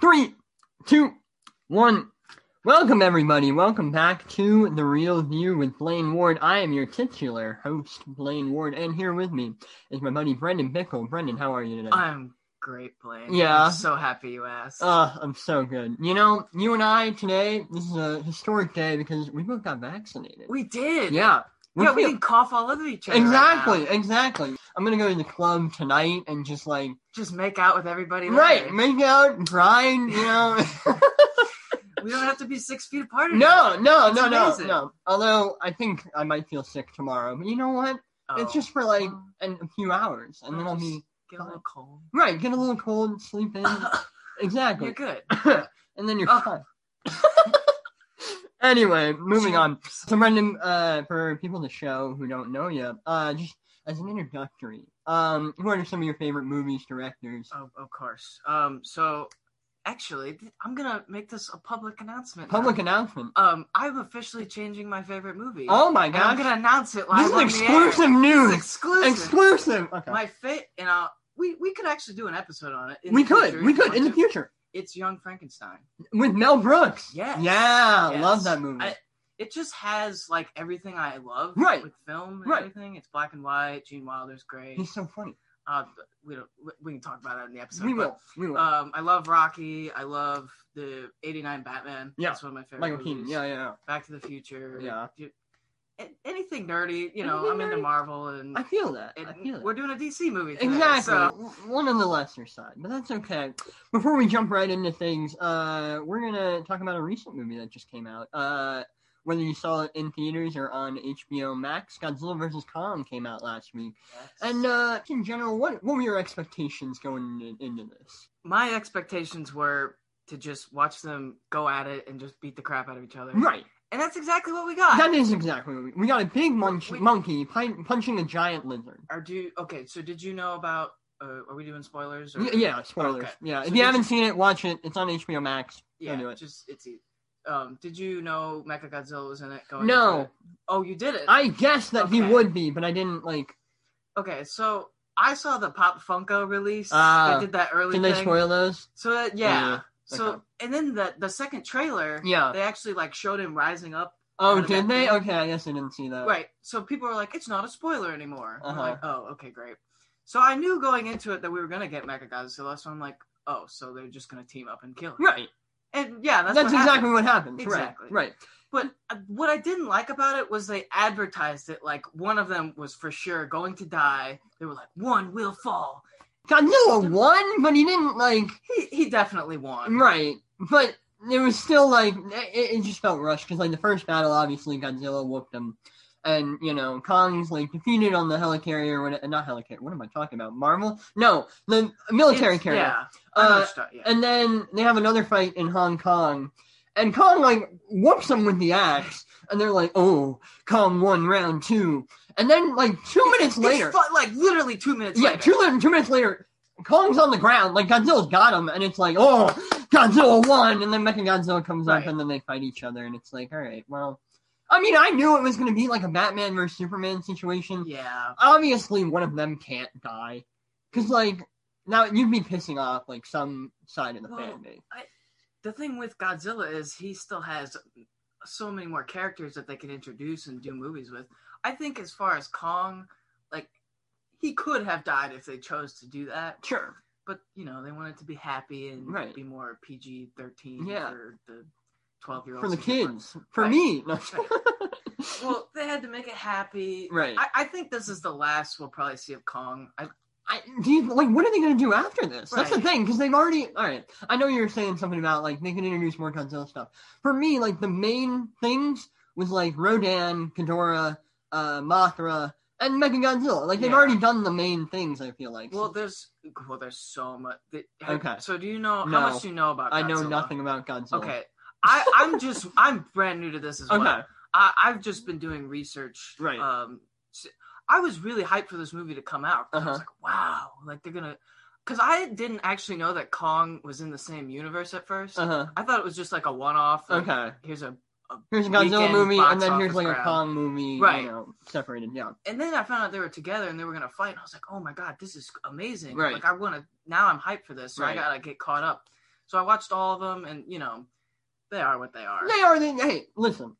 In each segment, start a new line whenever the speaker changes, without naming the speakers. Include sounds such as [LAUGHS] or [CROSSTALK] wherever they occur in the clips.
Three, two, one. Welcome, everybody. Welcome back to The Real View with Blaine Ward. I am your titular host, Blaine Ward, and here with me is my buddy Brendan Bickle. Brendan, how are you today?
I'm great, Blaine.
Yeah.
I'm so happy you asked.
Uh, I'm so good. You know, you and I today, this is a historic day because we both got vaccinated.
we did.
yeah. We're
Yeah, we
feel-
can cough all over each other. right
Exactly,
now.
exactly. I'm gonna go to the club tonight and just like
Just make out with everybody. there.
right, make out, grind, you know. [LAUGHS]
We don't have to be six feet apart.
no,
anymore.
no,
It's
no, no,
amazing.
no. Although I think I might feel sick tomorrow, but you know what?
Oh,
It's just for like
well,
an, a few hours, and then I'll be
Get a little cold.
[LAUGHS] right. Get a little cold, sleep
[LAUGHS]
in.
You're
exactly,
good.
[LAUGHS] and then you're
Oh.
fine. [LAUGHS] anyway, moving on. So Brendan, uh, for people in the show who don't know you, uh, just as an introductory, um, who are some of your favorite movies, directors?
Oh, of course. Um, so actually, th- I'm gonna make this a public announcement. now.
Public announcement.
Um, I'm officially changing my favorite movie.
Oh my
and I'm
gosh!
gonna announce it
this
live
is
on the air.
exclusive news.
Exclusive.
Exclusive. Okay.
My fit, and uh, we we could actually do an episode on it. in
we
the
could.
future
we
if you
could in
want
the
to.
future
It's Young Frankenstein.
with Mel Brooks.
Yes.
Yeah,
Yes.
love that movie.
I- it just has like everything I love
Right.
with film and
Right.
everything. It's black and white. Gene Wilder's great.
He's so funny.
Uh, we don't. we- We can talk about that in the episode.
we
but,
will. We will.
Um, I love Rocky. I love the '89 Batman.
Yeah.
That's one of my favorite.
Michael
movies.
Keaton. Yeah, yeah, yeah.
Back to the Future.
Yeah.
You- a- anything nerdy, you know,
Anything
I'm into
nerdy.
Marvel and,
I feel that. I
and
feel uh, that.
we're doing a DC movie. Today,
Exactly.
so-
W- One on the lesser side, but that's okay. Before we jump right into things, uh, we're gonna talk about a recent movie that just came out. Uh, whether you saw it in theaters or on HBO Max, Godzilla vs Kong came out last week.
Yes.
And uh, in general, what what were your expectations going into, into this?
my expectations were to just watch them go at it and just beat the crap out of each other.
Right.
And that's exactly what we got.
That is exactly what we, we got a big munch,
We-
monkey pin, punching a giant lizard.
Are do okay? So did you know about? Uh, are we doing spoilers? Or,
Y- yeah, spoilers.
Okay.
Yeah,
So
if
did
you haven't seen it, watch it. It's on HBO Max.
yeah.
do it.
Just it's. e- Um, did you know Mechagodzilla was in it? Going
No.
into it? Oh, you did it.
I guess that he
Okay.
would be, but I didn't like.
okay, so I saw the Pop Funko release.
Ah.
they did that early.
Can they
thing.
spoil those?
So that, yeah.
Yeah,
So and then the the second trailer,
Yeah.
they actually like showed him rising up.
Oh,
out of
did
that
they?
thing.
Okay, I guess I didn't see that.
Right. So people were like, it's not a spoiler anymore. I'm
Uh-huh.
like, oh, okay, great. So I knew going into it that we were going to get Mechagodzilla. So I'm like, oh, so they're just going to team up and kill him.
Right.
And yeah,
That's,
that's, what
exactly
happened.
what happened.
Exactly.
Right.
But uh, what I didn't like about it was they advertised it like one of them was for sure going to die. They were like, one will fall.
Right. Godzilla won, but he didn't like.
He, he definitely won.
Right. But it was still like it, it just felt rushed because like the first battle, obviously Godzilla whooped him, and you know Kong's like defeated on the helicarrier. What, uh, not helicarrier. What am I talking about? Marvel? No, the military
It's-
carrier.
Yeah. um,
Uh,
Understood, yeah.
and then they have another fight in Hong Kong, and Kong like whoops them with the axe, and they're like, "Oh, Kong won round two. and then like two minutes
It's
later,
fu- like literally two minutes
yeah,
later.
two li- two minutes later, Kong's on the ground, like Godzilla's got him, and it's like, "Oh, Godzilla won," and then Mechagodzilla comes up,
Right.
and then they fight each other, and it's like, "All right, well." I mean, I knew it was going to be like a Batman versus Superman situation.
Yeah.
Obviously, one of them can't die, because like now you'd be pissing off like some side of the
Well,
fan base.
the thing with Godzilla is he still has so many more characters that they can introduce and do movies with. I think as far as Kong, like he could have died if they chose to do that,
Sure.
but you know they wanted to be happy and
Right.
be more PG thirteen
Yeah.
for the twelve year olds
For the kids. For
Right.
me. [LAUGHS] No.
Well,
[LAUGHS]
they had to make it happy.
right.
I, I think this is the last we'll probably see of Kong. I,
I, do you, like, what are they going to do after this? That's the
Right.
thing, because they've already. All right. I know you were saying something about, like, they can introduce more Godzilla stuff. For me, like, the main things was, like, Rodan, Ghidorah, uh, Mothra, and Mechagodzilla. Like, they've
Yeah.
already done the main things, I feel like.
well, there's well, there's so much. They,
Okay.
So do you know
No.
how much do you know about?
I know
Godzilla?
nothing about Godzilla.
Okay. I, I'm just I'm brand new to this as well.
Okay.
I, I've just been doing research.
Right.
Um, s- I was really hyped for this movie to come out. 'cause I
Uh-huh.
was like, wow, like they're gonna, because I didn't actually know that Kong was in the same universe at first.
Uh huh.
I thought it was just like a one-off. like,
Okay.
Here's a,
Here's a Godzilla
Weekend
movie,
box
and then here's
office
like a
grab.
Kong movie,
Right.
you know, separated. Yeah.
and then I found out they were together and they were gonna fight. And I was like, oh my god, this is amazing.
Right.
Like I want to now. I'm hyped for this, so
Right.
I gotta get caught up. So I watched all of them, and you know, they are what they are.
They are the hey. Listen,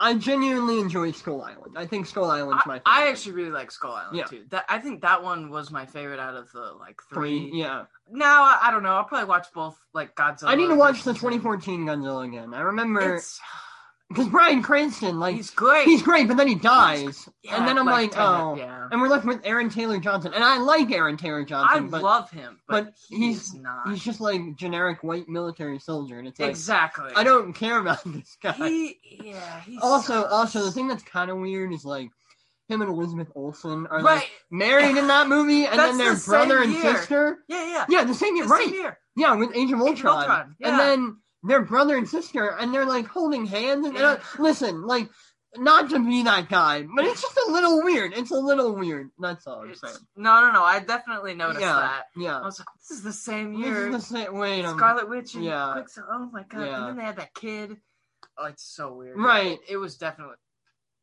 I genuinely enjoy Skull Island. I think Skull Island's my.
I,
favorite.
I actually really like Skull Island
Yeah.
too. That I think that one was my favorite out of the like three.
three. Yeah,
Now I, I don't know. I'll probably watch both like Godzilla.
I need to watch the
versus-
2014 Godzilla again. I remember
It's,
because Brian Cranston, like
he's
[LAUGHS]
great.
he's great, but then he dies,
Yeah,
and then I'm like,
ten-
oh,
yeah.
and we're left with Aaron Taylor Johnson, and I like Aaron Taylor
I
Johnson, but
love him, but,
but
he's,
he's-
not
he's just like generic white military soldier, and it's like
exactly.
I don't care about [LAUGHS] this guy.
He, yeah. He
also,
sucks.
also the thing that's kind of weird is like him and Elizabeth Olsen are
right?
like married in that movie, and
That's
then their
the same
brother and
year.
sister.
yeah, yeah.
Yeah, the same year,
The
right?
same year.
Yeah, with Age of Ultron.
Age of Ultron, yeah.
And then their brother and sister, and they're like holding hands. And, and I-
Yeah.
listen, like, not to be that guy, but it's just a little weird. It's a little weird. That's all I'm
It's-
saying.
no, no, no. I definitely noticed
yeah,
that. I
yeah.
was like, this is the same
This
year.
is the same. Wait, um,
Scarlet Witch and
yeah.
Quicksilver. Oh my god!
Yeah.
And then they had that kid. Oh, it's so weird.
Right.
It, was definitely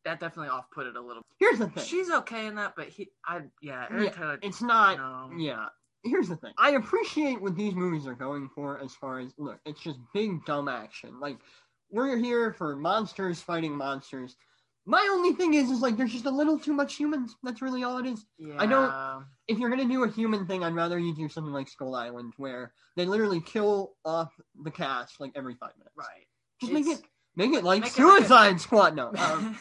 that definitely off put it a little.
here's the thing.
She's okay in that, but he, I, yeah, Aaron
Yeah,
Taylor.
It's not.
no.
Yeah. Here's the thing. I appreciate what these movies are going for as far as look, it's just big dumb action. Like we're here for monsters fighting monsters. My only thing is is like there's just a little too much humans. That's really all it is.
yeah,
I don't- if you're gonna do a human thing, I'd rather you do something like Skull Island, where they literally kill off the cast like every five minutes. [LAUGHS]
Right.
Just make
It's-
it make it like
make it like a-
Suicide Squad.
[LAUGHS]
No. Um,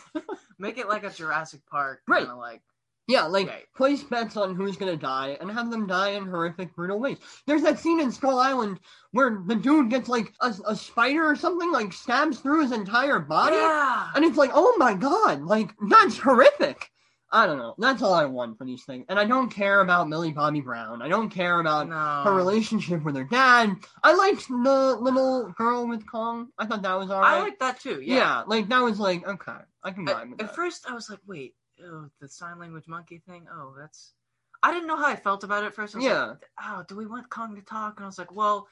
Make it like a Jurassic Park.
Right.
Kind of like
yeah, like
Right.
place bets on who's gonna die and have them die in horrific, brutal ways. There's that scene in Skull Island where the dude gets like a, a spider or something like stabs through his entire body,
yeah.
and it's like, oh my god, like that's horrific. I don't know. That's all I want for these things, and I don't care about Millie Bobby Brown. I don't care about
no.
her relationship with her dad. I liked the little girl with Kong. I thought that was alright.
I like that too.
yeah.
Yeah.
like that was like okay, I can
At,
vibe with
at
that.
first, I was like, wait, oh, the sign language monkey thing. Oh, that's. I didn't know how I felt about it at first. I was like,
yeah,
oh, do we want Kong to talk? And I was like, well,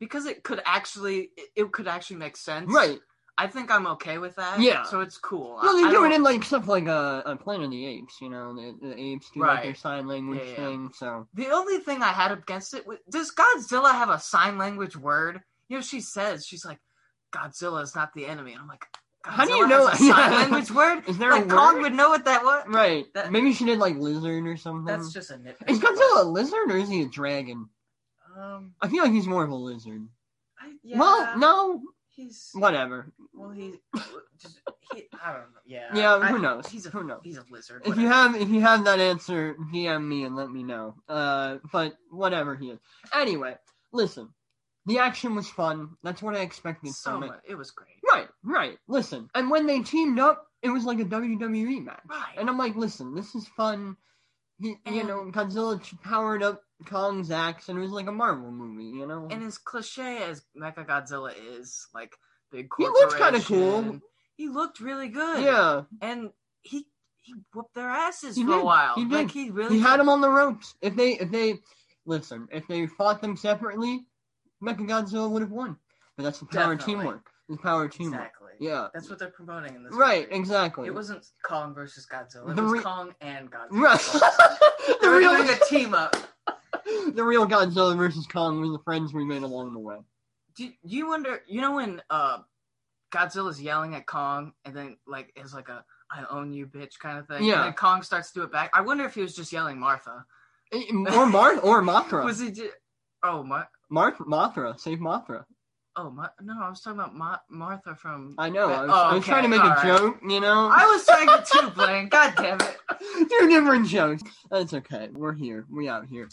because it could actually, it, it could actually make sense.
right.
I think I'm okay with that.
Yeah.
So it's cool.
Well,
I-
they
I
do it
don't-
in like stuff like uh, a Planet of the Apes. You know, the, the apes do like their
Right.
sign language
Yeah, yeah.
thing. So
The only thing I had against it was, does Godzilla have a sign language word? You know, she says she's like, Godzilla is not the enemy. And I'm like, Godzilla
How do you know-
has a
[LAUGHS]
sign
Yeah.
language word?
is there
Like
a word?
Kong would know what that was.
right?
That-
Maybe she did like lizard or something.
That's just a nitpick.
Mm. is Godzilla a lizard or is he a dragon?
Um,
I feel like he's more of a lizard.
I, yeah,
Well, no,
he's
whatever.
well, he's just, he. I don't know. Yeah.
Yeah,
I-
who knows?
He's a
Who knows?
he's a lizard.
If
whatever.
you have if you have that answer, DM me and let me know. Uh, but whatever he is. Anyway, listen, the action was fun. That's what I expected
so
from it.
much. It was great.
Right, right. Listen, and when they teamed up, it was like a WWE match.
Right.
And I'm like, listen, this is fun. He, you
And-
know, Godzilla ch- powered up Kong's axe, and it was like a Marvel movie. You know,
And as cliche as Mecha Godzilla is, like big
He
corporation,
looked kinda cool.
He looked really good.
yeah,
and he he whooped their asses
He
for
did.
a while.
He did.
Like he really
he had him on the ropes. If they, if they, listen, if they fought them separately, Mechagodzilla would have won. But that's the power
Definitely.
of teamwork. The power of teamwork.
exactly.
Yeah.
That's what they're promoting in this.
Right.
movie.
Exactly.
It wasn't Kong versus Godzilla. It
The
was
re-
Kong and Godzilla.
right. [LAUGHS] [LAUGHS] the
They're [LAUGHS]
real,
doing a team up.
the real Godzilla versus Kong was the friends we made along the way.
Do you wonder? You know when uh, Godzilla's yelling at Kong, and then like it's like a "I own you, bitch" kind of thing.
Yeah.
And then Kong starts to do it back. I wonder if he was just yelling Martha.
Eh, Or Mar, or Mothra.
Was he? Just, oh my!
Mar- Mothra, save Mothra.
Oh my! No, I was talking about Ma- Martha from. I,
I know. I was,
Oh,
I was
okay,
trying to make a
alright.
joke, you know. [LAUGHS]
was saying it too, Blaine. God damn it!
Two different jokes. That's okay. We're here. We out here.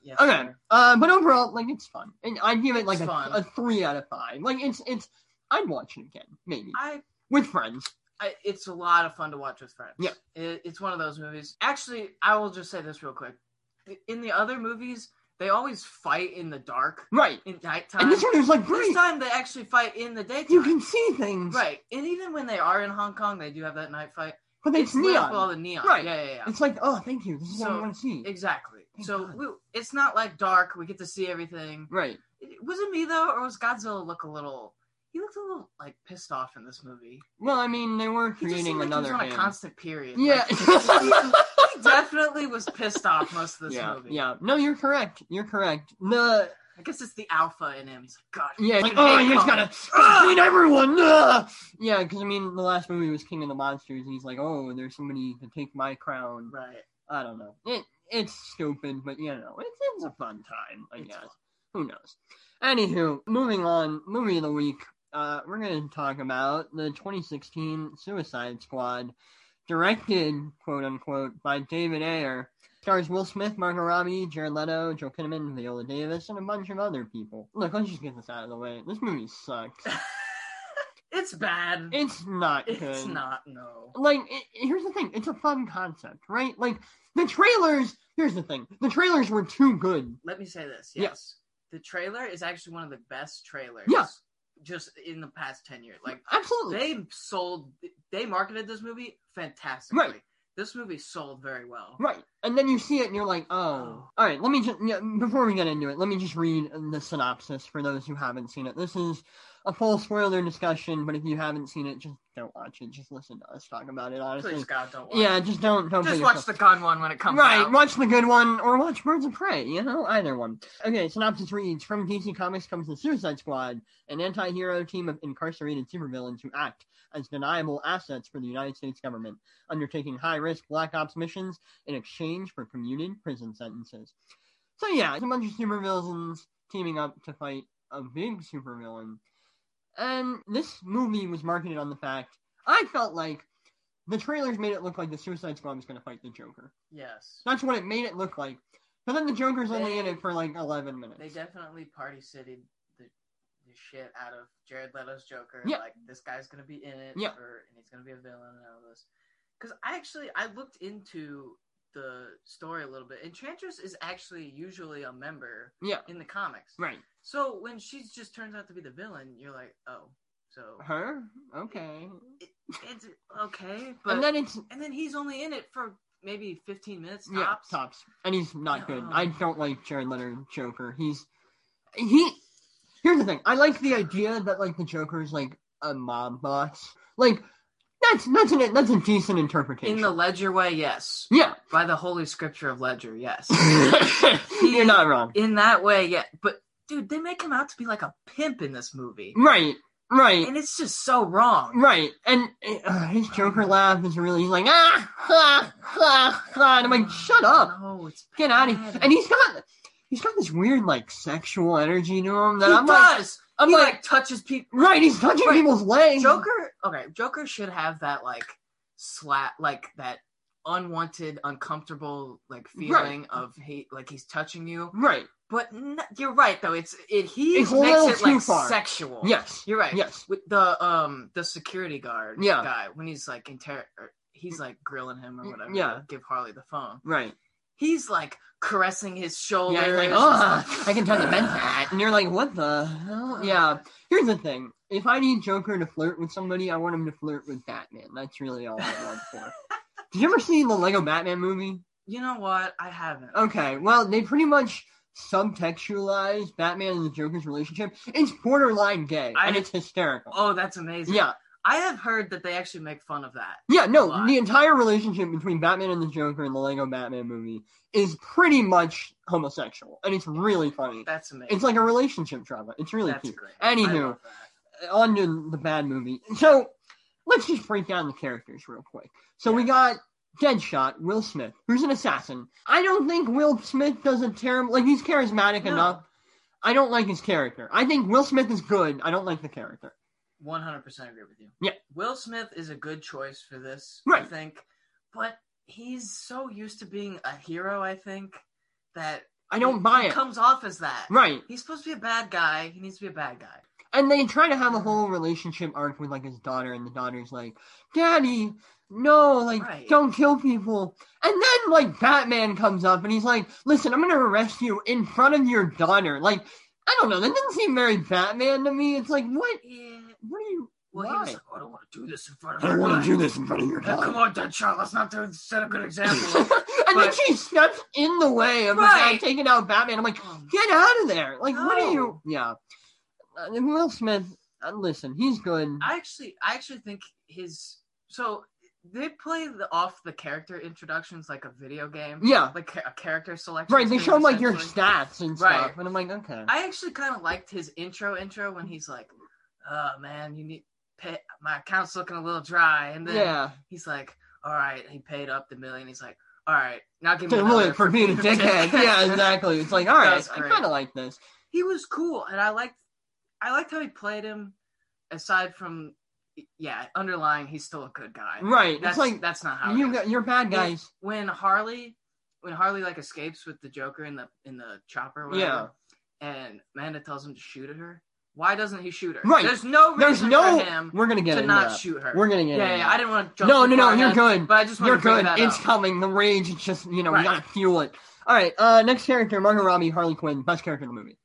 Yeah,
Okay.
sure.
Uh, but overall, like it's fun, and I give it like
It's
a,
fun.
a three out of five. Like it's it's. I'd watch it again, maybe
I
with friends.
I, it's a lot of fun to watch with friends.
Yeah.
It, it's one of those movies. Actually, I will just say this real quick. In the other movies, they always fight in the dark,
Right.
in nighttime.
And this one was like
This
great.
time, they actually fight in the daytime.
You can see things,
right. And even when they are in Hong Kong, they do have that night fight.
but it's,
lit
neon.
up with all the neon.
Right.
Yeah, yeah, yeah.
It's like, oh, thank you. This is what I
So-
want to see.
Exactly.
Thank
So
God.
we, it's not like dark. We get to see everything.
right.
Was it me though, or was Godzilla look a little? He looked a little like pissed off in this movie.
Well, I mean, they were
He just
creating
seemed like
another.
he was on
hand.
a constant period.
yeah.
Like,
[LAUGHS]
definitely was pissed off most of this
yeah,
movie.
yeah. No, you're correct. You're correct. The
I guess it's the alpha in him. It's like, God.
Yeah, like,
fucking
oh,
hate
he's
Kong."
gotta
Ah!
clean everyone. ah! Yeah, because I mean, the last movie was King of the Monsters, and he's like, oh, there's somebody to take my crown.
Right. [LAUGHS]
I don't know. It it's stupid, but you know, it's it's a fun time. I
It's
guess.
fun.
Who knows? Anywho, moving on. Movie of the week. Uh, we're gonna talk about the 2016 Suicide Squad, directed quote unquote by David Ayer. Stars Will Smith, Margot Robbie, Jared Leto, Joe Kinnaman, Viola Davis, and a bunch of other people. Look, let's just get this out of the way. This movie sucks.
It's bad.
It's not good
It's not, no.
like it, it- here's the thing it's a fun concept right like the trailers here's the thing the trailers were too good
Let me say this.
Yeah.
Yes. The trailer is actually one of the best trailers.
Yeah.
Just in the past 10 years. Like,
absolutely
they sold, they marketed this movie fantastically.
Right.
This movie sold very well.
right and then you see it and you're like oh
Oh.
all right let me just yeah, before we get into it let me just read the synopsis for those who haven't seen it this is a full spoiler discussion but if you haven't seen it just don't watch it just listen to us talk about it honestly
Please, God, don't watch
yeah just don't don't put
Just
yourself-
watch the gun one when it comes
right,
out.
watch the good one or watch Birds of Prey, you know, either one. Okay, synopsis reads From DC Comics comes the Suicide Squad, an anti hero team of incarcerated supervillains who act as deniable assets for the United States government, undertaking high risk black ops missions in exchange for commuted prison sentences. So, yeah, it's a bunch of supervillains teaming up to fight a big supervillain. And this movie was marketed on the fact I felt like the trailers made it look like the Suicide Squad was going to fight the Joker.
Yes.
That's what it made it look like. But then the Joker's only in it for like 11 minutes.
They definitely party citied the, the shit out of Jared Leto's Joker.
Yeah.
Like this guy's gonna be in it,
Yeah.
for, and he's gonna be a villain and all this. Because I actually I looked into the story a little bit. Enchantress is actually usually a member
Yeah.
in the comics.
Right.
So when she just turns out to be the villain, you're like, oh, so
Her? Okay.
it's okay, but
and then it's
he's only in it for maybe 15 minutes tops.
yeah, tops. And he's not good.
No.
I don't like Jared Leto Joker. He's he Here's the thing. I like the idea that like the Joker's like a mob boss. Like that's that's an that's a decent interpretation.
In the Ledger way, yes.
yeah. [LAUGHS]
By the holy scripture of Ledger, yes.
You're not wrong.
in that way, yeah. But dude, they make him out to be like a pimp in this movie,
Right. Right.
and it's just so wrong.
Right, and uh, his Joker laugh is really, he's like, ah, ha, ha, ha. And I'm like, shut up,
Oh, No, it's
get out of here.
bad.
And he's got, he's got this weird, like, sexual energy to him that
he
I'm like,
does.
I'm
he
like,
like, touches people.
right, he's touching
Right.
people's legs.
Joker. Okay, Joker should have that like slap, like that unwanted, uncomfortable like feeling of hate, like he's touching you.
Right,
But n- you're right though. It's it. He
It's a
makes
little
it
too
like
far.
sexual.
yes,
you're right.
yes,
with the um the security guard
Yeah. Mm,
guy when he's like inter or he's like grilling him or whatever
Yeah.
to give Harley the phone.
right.
He's like caressing his shoulder.
Yeah, you're like,
It's
oh,
just like-
I can tell the
[LAUGHS]
men that. And you're like, what the hell? Yeah, here's the thing. If I need Joker to flirt with somebody, I want him to flirt with Batman. That's really all I want
[LAUGHS]
for. Did you ever see the Lego Batman movie?
You know what? I haven't.
Okay, well, they pretty much subtextualize Batman and the Joker's relationship. It's borderline gay,
I-
and it's hysterical.
Oh, that's amazing.
yeah,
I have heard that they actually make fun of that.
yeah, no,
Why?
the entire relationship between Batman and the Joker in the Lego Batman movie is pretty much homosexual, and it's really funny.
That's amazing.
It's like a relationship drama. It's really
that's
cute.
great.
Anywho.
I love that.
on to Oh, the bad movie. So let's just break down the characters real quick. So we got Deadshot, Will Smith, who's an assassin. I don't think Will Smith does a terrible like he's charismatic
No.
enough. I don't like his character. I think Will Smith is good. I don't like the character.
100% agree with you.
Yeah.
Will Smith is a good choice for this, I
Right.
think. But he's so used to being a hero, I think, that
I don't
he-
buy
he
it.
comes off as that.
Right.
He's supposed to be a bad guy. He needs to be a bad guy.
And they try to have a whole relationship arc with like his daughter, and the daughter's like, Daddy, no, like
Right.
don't kill people. And then like Batman comes up and he's like, Listen, I'm gonna arrest you in front of your daughter. Like, I don't know, that doesn't seem very Batman to me. It's like what
Yeah.
what are you
Well, he
why?
was like, "Oh, I don't want to do this in front of
I don't
want
wanna do this in front of your
Come
daughter.
on, Deadshot. Let's not do, set a
[LAUGHS]
good example.
and then
But-
she steps in the way of the guy
Right.
taking out Batman. I'm like,
Um,
Get out of there! Like, what are
No.
you? Yeah. Uh, and Will Smith, uh, listen, he's good.
I actually, I actually think his so they play the off the character introductions like a video game.
Yeah.
Like a character selection.
Mm. Right, they
screen,
show him like your
essentially.
stats and
Right.
stuff, and I'm like, okay.
I actually kind of liked his intro intro when he's like, "Oh man, you need pay, my account's looking a little dry," and then
yeah,
he's like, "All right," he paid up the million. He's like, "All right, now give
to
me
[LAUGHS] really
another
for
[LAUGHS]
being a dickhead. yeah, exactly. It's like, all
That
right,
was
I
great.
kind of like this.
He was cool, and I liked, I liked how he played him. Aside from, yeah, underlying, he's still a good guy.
Right,
That's
Mm-hmm. it's like
that's not how it
you
is.
got, you're bad
Yeah.
guys.
when Harley when Harley like escapes with the Joker in the in the chopper, or whatever, and Amanda tells him to shoot at her. Why doesn't he shoot her?
Right.
There's no reason
There's no.
for him
We're gonna get
to
into
not
that.
shoot her.
We're gonna
yeah,
get.
yeah,
into
yeah, I didn't want to
that.
jump.
No,
too
no, no.
far
You're
ahead,
good.
But I just
You're
want to bring
good.
that
It's
up.
coming. The rage. It's just you know we
Right.
gotta fuel it. All right. Uh, next character: Margot Robbie, Harley Quinn, best character in the movie.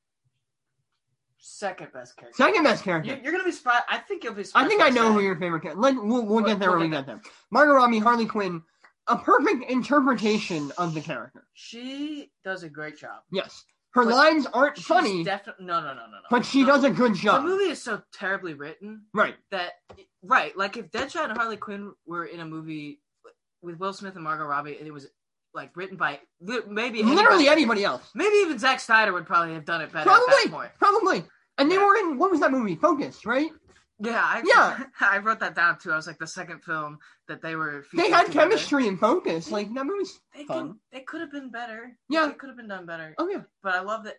Second best character.
Second best
You-
character.
You're gonna be surprised. I think you'll be. surprised
I think
what
I know
say.
who your favorite character. Let, we'll we'll
We'll-
get there
we'll
when we
get
get there. Margot Robbie, Harley Quinn, a perfect interpretation of the character.
She does a great job.
Yes, her
But
lines aren't
She's
funny,
Definitely no, no, no, no, no.
but she
The-
does a good
The
job.
movie is so terribly written
Right.
that right like if deadshot and harley quinn were in a movie with will smith and margot robbie and it was like written by li- maybe
Literally
anybody-
anybody else.
maybe even Zack snyder would probably have done it better at
Probably.
that point
Probably. And they
Yeah.
were in what was that movie? Focus, right?
yeah I,
Yeah.
[LAUGHS] i wrote that down too i was like the second film that they were
They
featured
had
together.
chemistry in Focus. Like that movie's
they, can,
fun.
they could have been better
Yeah.
they could have been done better
Oh yeah.
but i love that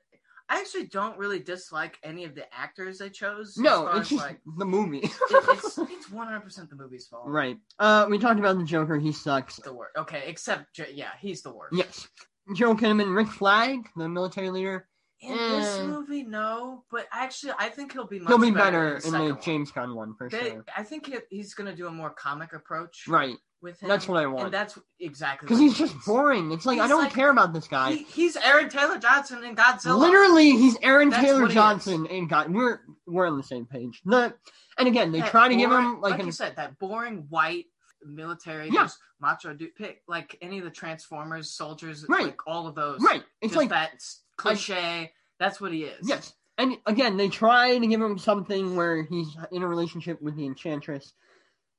i actually don't really dislike any of the actors they chose as
No,
far
it's
as,
just [LAUGHS]
like
the movie.
it- it's, it's 100% the movie's fault
right. Uh, we talked about the Joker. He sucks.
the worst okay except J- yeah he's the worst
Yes. Joe Kinnaman, Rick Flag, the military leader.
In this
Eh.
movie, no, but actually, I think he'll be much
He'll be
better,
better in the
second one.
James Gunn one for
They-
sure.
I think he, he's going to do a more comic approach
Right.
with him.
That's what I
and
want.
that's exactly
Because
what
he's
he
just
needs.
boring. It's like I
He's
don't
like-
care about this guy.
He, he's Aaron Taylor Johnson in Godzilla.
Literally, he's Aaron
That's
Taylor
what he
Johnson, and God, we're we're on the same page. The, and again, they
That
try to give
boring-
him like,
you
an,
said, that boring white military,
Yeah.
just macho dude. Pick like any of the Transformers soldiers,
Right.
like all of those.
right. It's
just
like
that s- cliche. that's what he is.
yes, and again, they try to give him something where he's in a relationship with the Enchantress.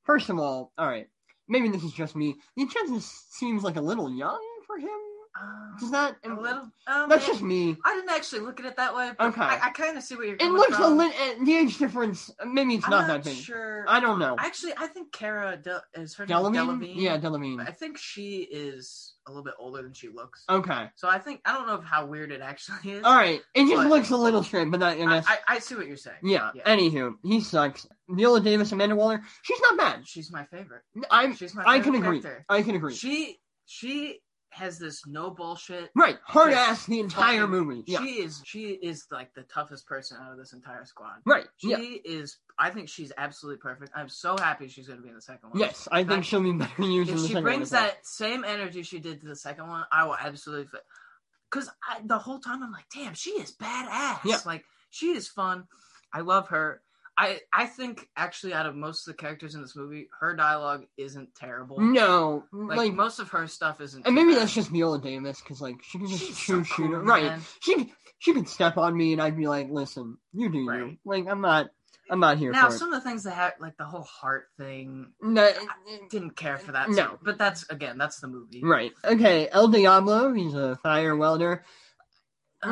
First of all, all right, maybe this is just me. The Enchantress seems like a little young for him.
Um,
Does that?
a little.
[LAUGHS]
Um,
That's just me.
I didn't actually look at it that way. But
Okay.
I, I kind of see what you're.
It
coming
looks a
from.
little. The age difference. Maybe it's
um, I'm
not, that big.
Sure.
I don't know.
Actually, I think Cara Del- is her name
Delamine?
Delavine.
Yeah, Delamine.
I think she is a little bit older than she looks.
Okay.
So I think I don't know how weird it actually is.
All right. It just
But-
looks a little strange, but not, I
I,
guess.
I, I see what you're saying.
Yeah.
Yeah.
Anywho, he sucks. Viola Davis, Amanda Waller. She's not bad.
She's my favorite.
I'm.
She's my.
I can
favorite
agree.
character.
I can agree.
She she has this no bullshit.
Right. Hard
Yes.
ass the entire
Fucking-
movie. Yeah.
She is she is like the toughest person out of this entire squad.
Right.
She
yeah.
is. I think she's absolutely perfect. I'm so happy she's going to be in the second one.
Yes. I think
That-
she'll be better used in
if
the
she
second
brings
one.
that same energy she did to the second one, I will absolutely. Fit. Cause I, the whole time I'm like, damn, she is badass.
Yeah.
Like she is fun. I love her. I I think actually out of most of the characters in this movie, her dialogue isn't terrible.
No.
Like,
Like,
most of her stuff isn't.
and
too
maybe
bad.
that's just Viola Davis because like she can just
She's so
shoot
cool,
shoot her. Right.
man.
She she could step on me and I'd be like, listen, you do you.
Right.
Like I'm not. I'm not here
Now
for
some of the things that have like the whole heart thing,
it. No,
didn't care for that.
No.
so- but that's again, that's the movie.
right. Okay. El Diablo. He's a fire welder.
Uh,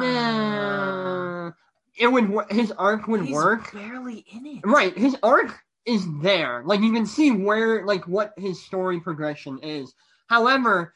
Nah. it would wo- his arc would
Ah. he's
work
barely in it.
right his arc is there like you can see where like what his story progression is however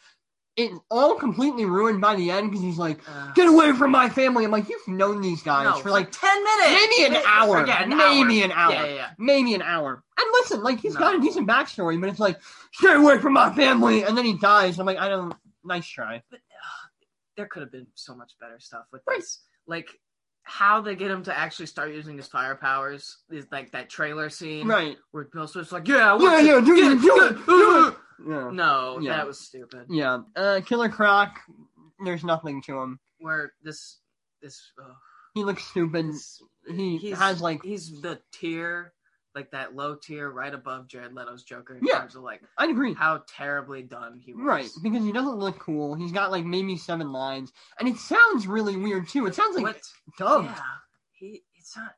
it's all completely ruined by the end because he's like
Uh,
get away from my family i'm like you've known these guys
no,
for like
ten minutes,
maybe an
May-
hour
Yeah, an
maybe
hour.
an hour
Yeah, yeah, yeah.
maybe an hour and listen like he's
No.
got a decent backstory but it's like stay away from my family and then he dies i'm like i don't nice try
But ugh, there could have been so much better stuff with
Right.
this. Like how they get him to actually start using his fire powers is like that trailer scene
right
where Bill Swift's like, "Yeah, I want
yeah
to-
yeah do it
get-
do
get-
it do it yeah
No,
Yeah.
that was stupid.
Yeah. Uh, Killer Croc, there's nothing to him.
Where this, this, ugh,
He looks stupid.
this-
He
he's-
has like
he's the tier, like that low tier right above Jared Leto's Joker in
Yeah.
terms of like
I agree.
how terribly done he was.
Right, because he doesn't look cool. He's got like maybe seven lines, and it sounds really weird too. It sounds like
What-
dumb.
Yeah, he. It's not.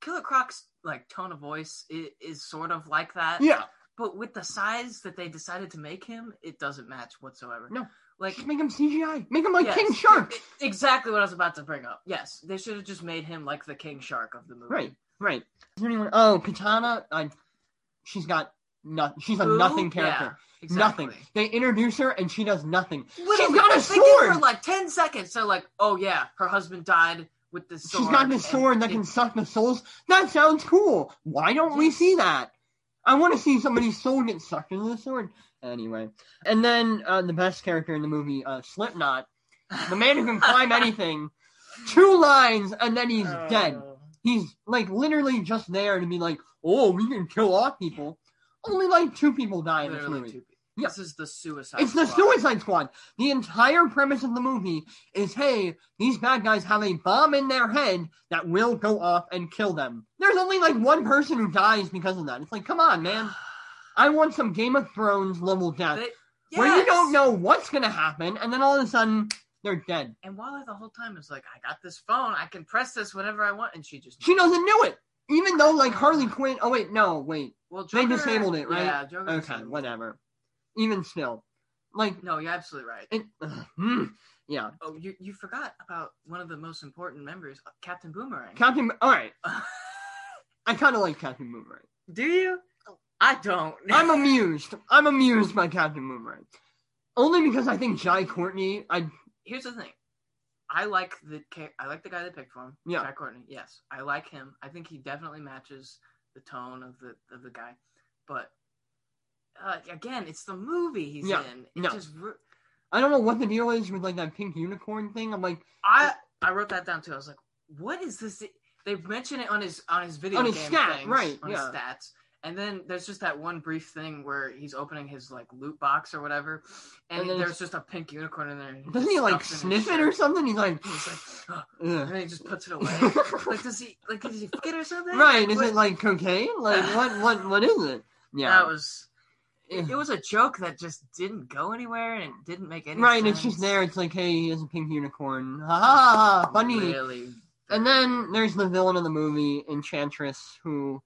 Killer Croc's like tone of voice is, is sort of like that.
Yeah.
But with the size that they decided to make him, it doesn't match whatsoever.
No.
Like
Just make him CGI. Make him like
Yes.
King Shark.
exactly what I was about to bring up. Yes, they should have just made him like the king shark of the movie.
Right, right. Is there anyone? Oh, Katana. I, she's got not. She's a
Who?
nothing
Yeah,
character.
exactly.
Nothing. They introduce her and she does nothing.
Literally,
She's got a
They give her
sword!
like ten seconds. So like, oh yeah, her husband died with this sword.
She's got the
and
sword that
it-
can suck the souls. That sounds cool. Why don't we
Yes.
see that? I want to see somebody's soul get sucked into the sword. Anyway, and then uh, the best character in the movie, uh, Slipknot, the man who can
[LAUGHS]
climb anything. Two lines and then he's
Oh.
dead. He's like literally just there to be like, oh, we can kill off people. Only like two people die in this
Literally
movie.
two people.
Yeah.
This is the suicide.
It's the
Squad.
Suicide Squad. The entire premise of the movie is hey, these bad guys have a bomb in their head that will go off and kill them. There's only like one person who dies because of that. It's like, come on, man. I want some Game of Thrones level death
They-
where you
Yes!
don't know what's going to happen, and then all of a sudden, they're dead.
And Wally the whole time is like, I got this phone. I can press this whenever I want, and she just
She doesn't know it. Even though, like, Harley Quinn. Oh, wait, no, wait.
well,
They
Joker,
disabled it, right?
Yeah, Joker
Okay,
disabled it.
whatever. Even still. Like,
No, you're absolutely right.
it, mm, yeah.
Oh, you you forgot about one of the most important members, Captain Boomerang.
Captain. All right. I kind of like Captain Boomerang.
[LAUGHS] Do you? I don't.
I'm amused. I'm amused by Captain Boomerang. Only because I think Jai Courtney, I
Here's the thing. I like the ca- I like the guy they picked for him.
Yeah.
Jack Courtney. Yes, I like him. I think he definitely matches the tone of the of the guy. But uh, again, it's the movie he's
Yeah.
in. It
No.
just ru-
I don't know what the deal is with like that pink unicorn thing. I'm like
I I wrote that down too. I was like, what is this? They mention it on his on his video
On his
game
stat,
things,
right,
On
yeah.
his stats. And then there's just that one brief thing where he's opening his like loot box or whatever, and,
And then
there's just a pink unicorn in there. and he
doesn't he like
stuffs in his
sniff it or
shirt.
something? He's like,
He's like, "Ugh," and
Ugh.
then he just puts
[LAUGHS]
it away. like does he like does he fuck it or something?
right? Is
What-
it like cocaine? Like what? What? What is it?
that
Yeah.
was it, it was a joke that just didn't go anywhere and it didn't make any
right.
sense.
and It's just there. It's like, hey, he has a pink unicorn. Ha ha! ha, Funny.
Really.
And then there's the villain of the movie, Enchantress, who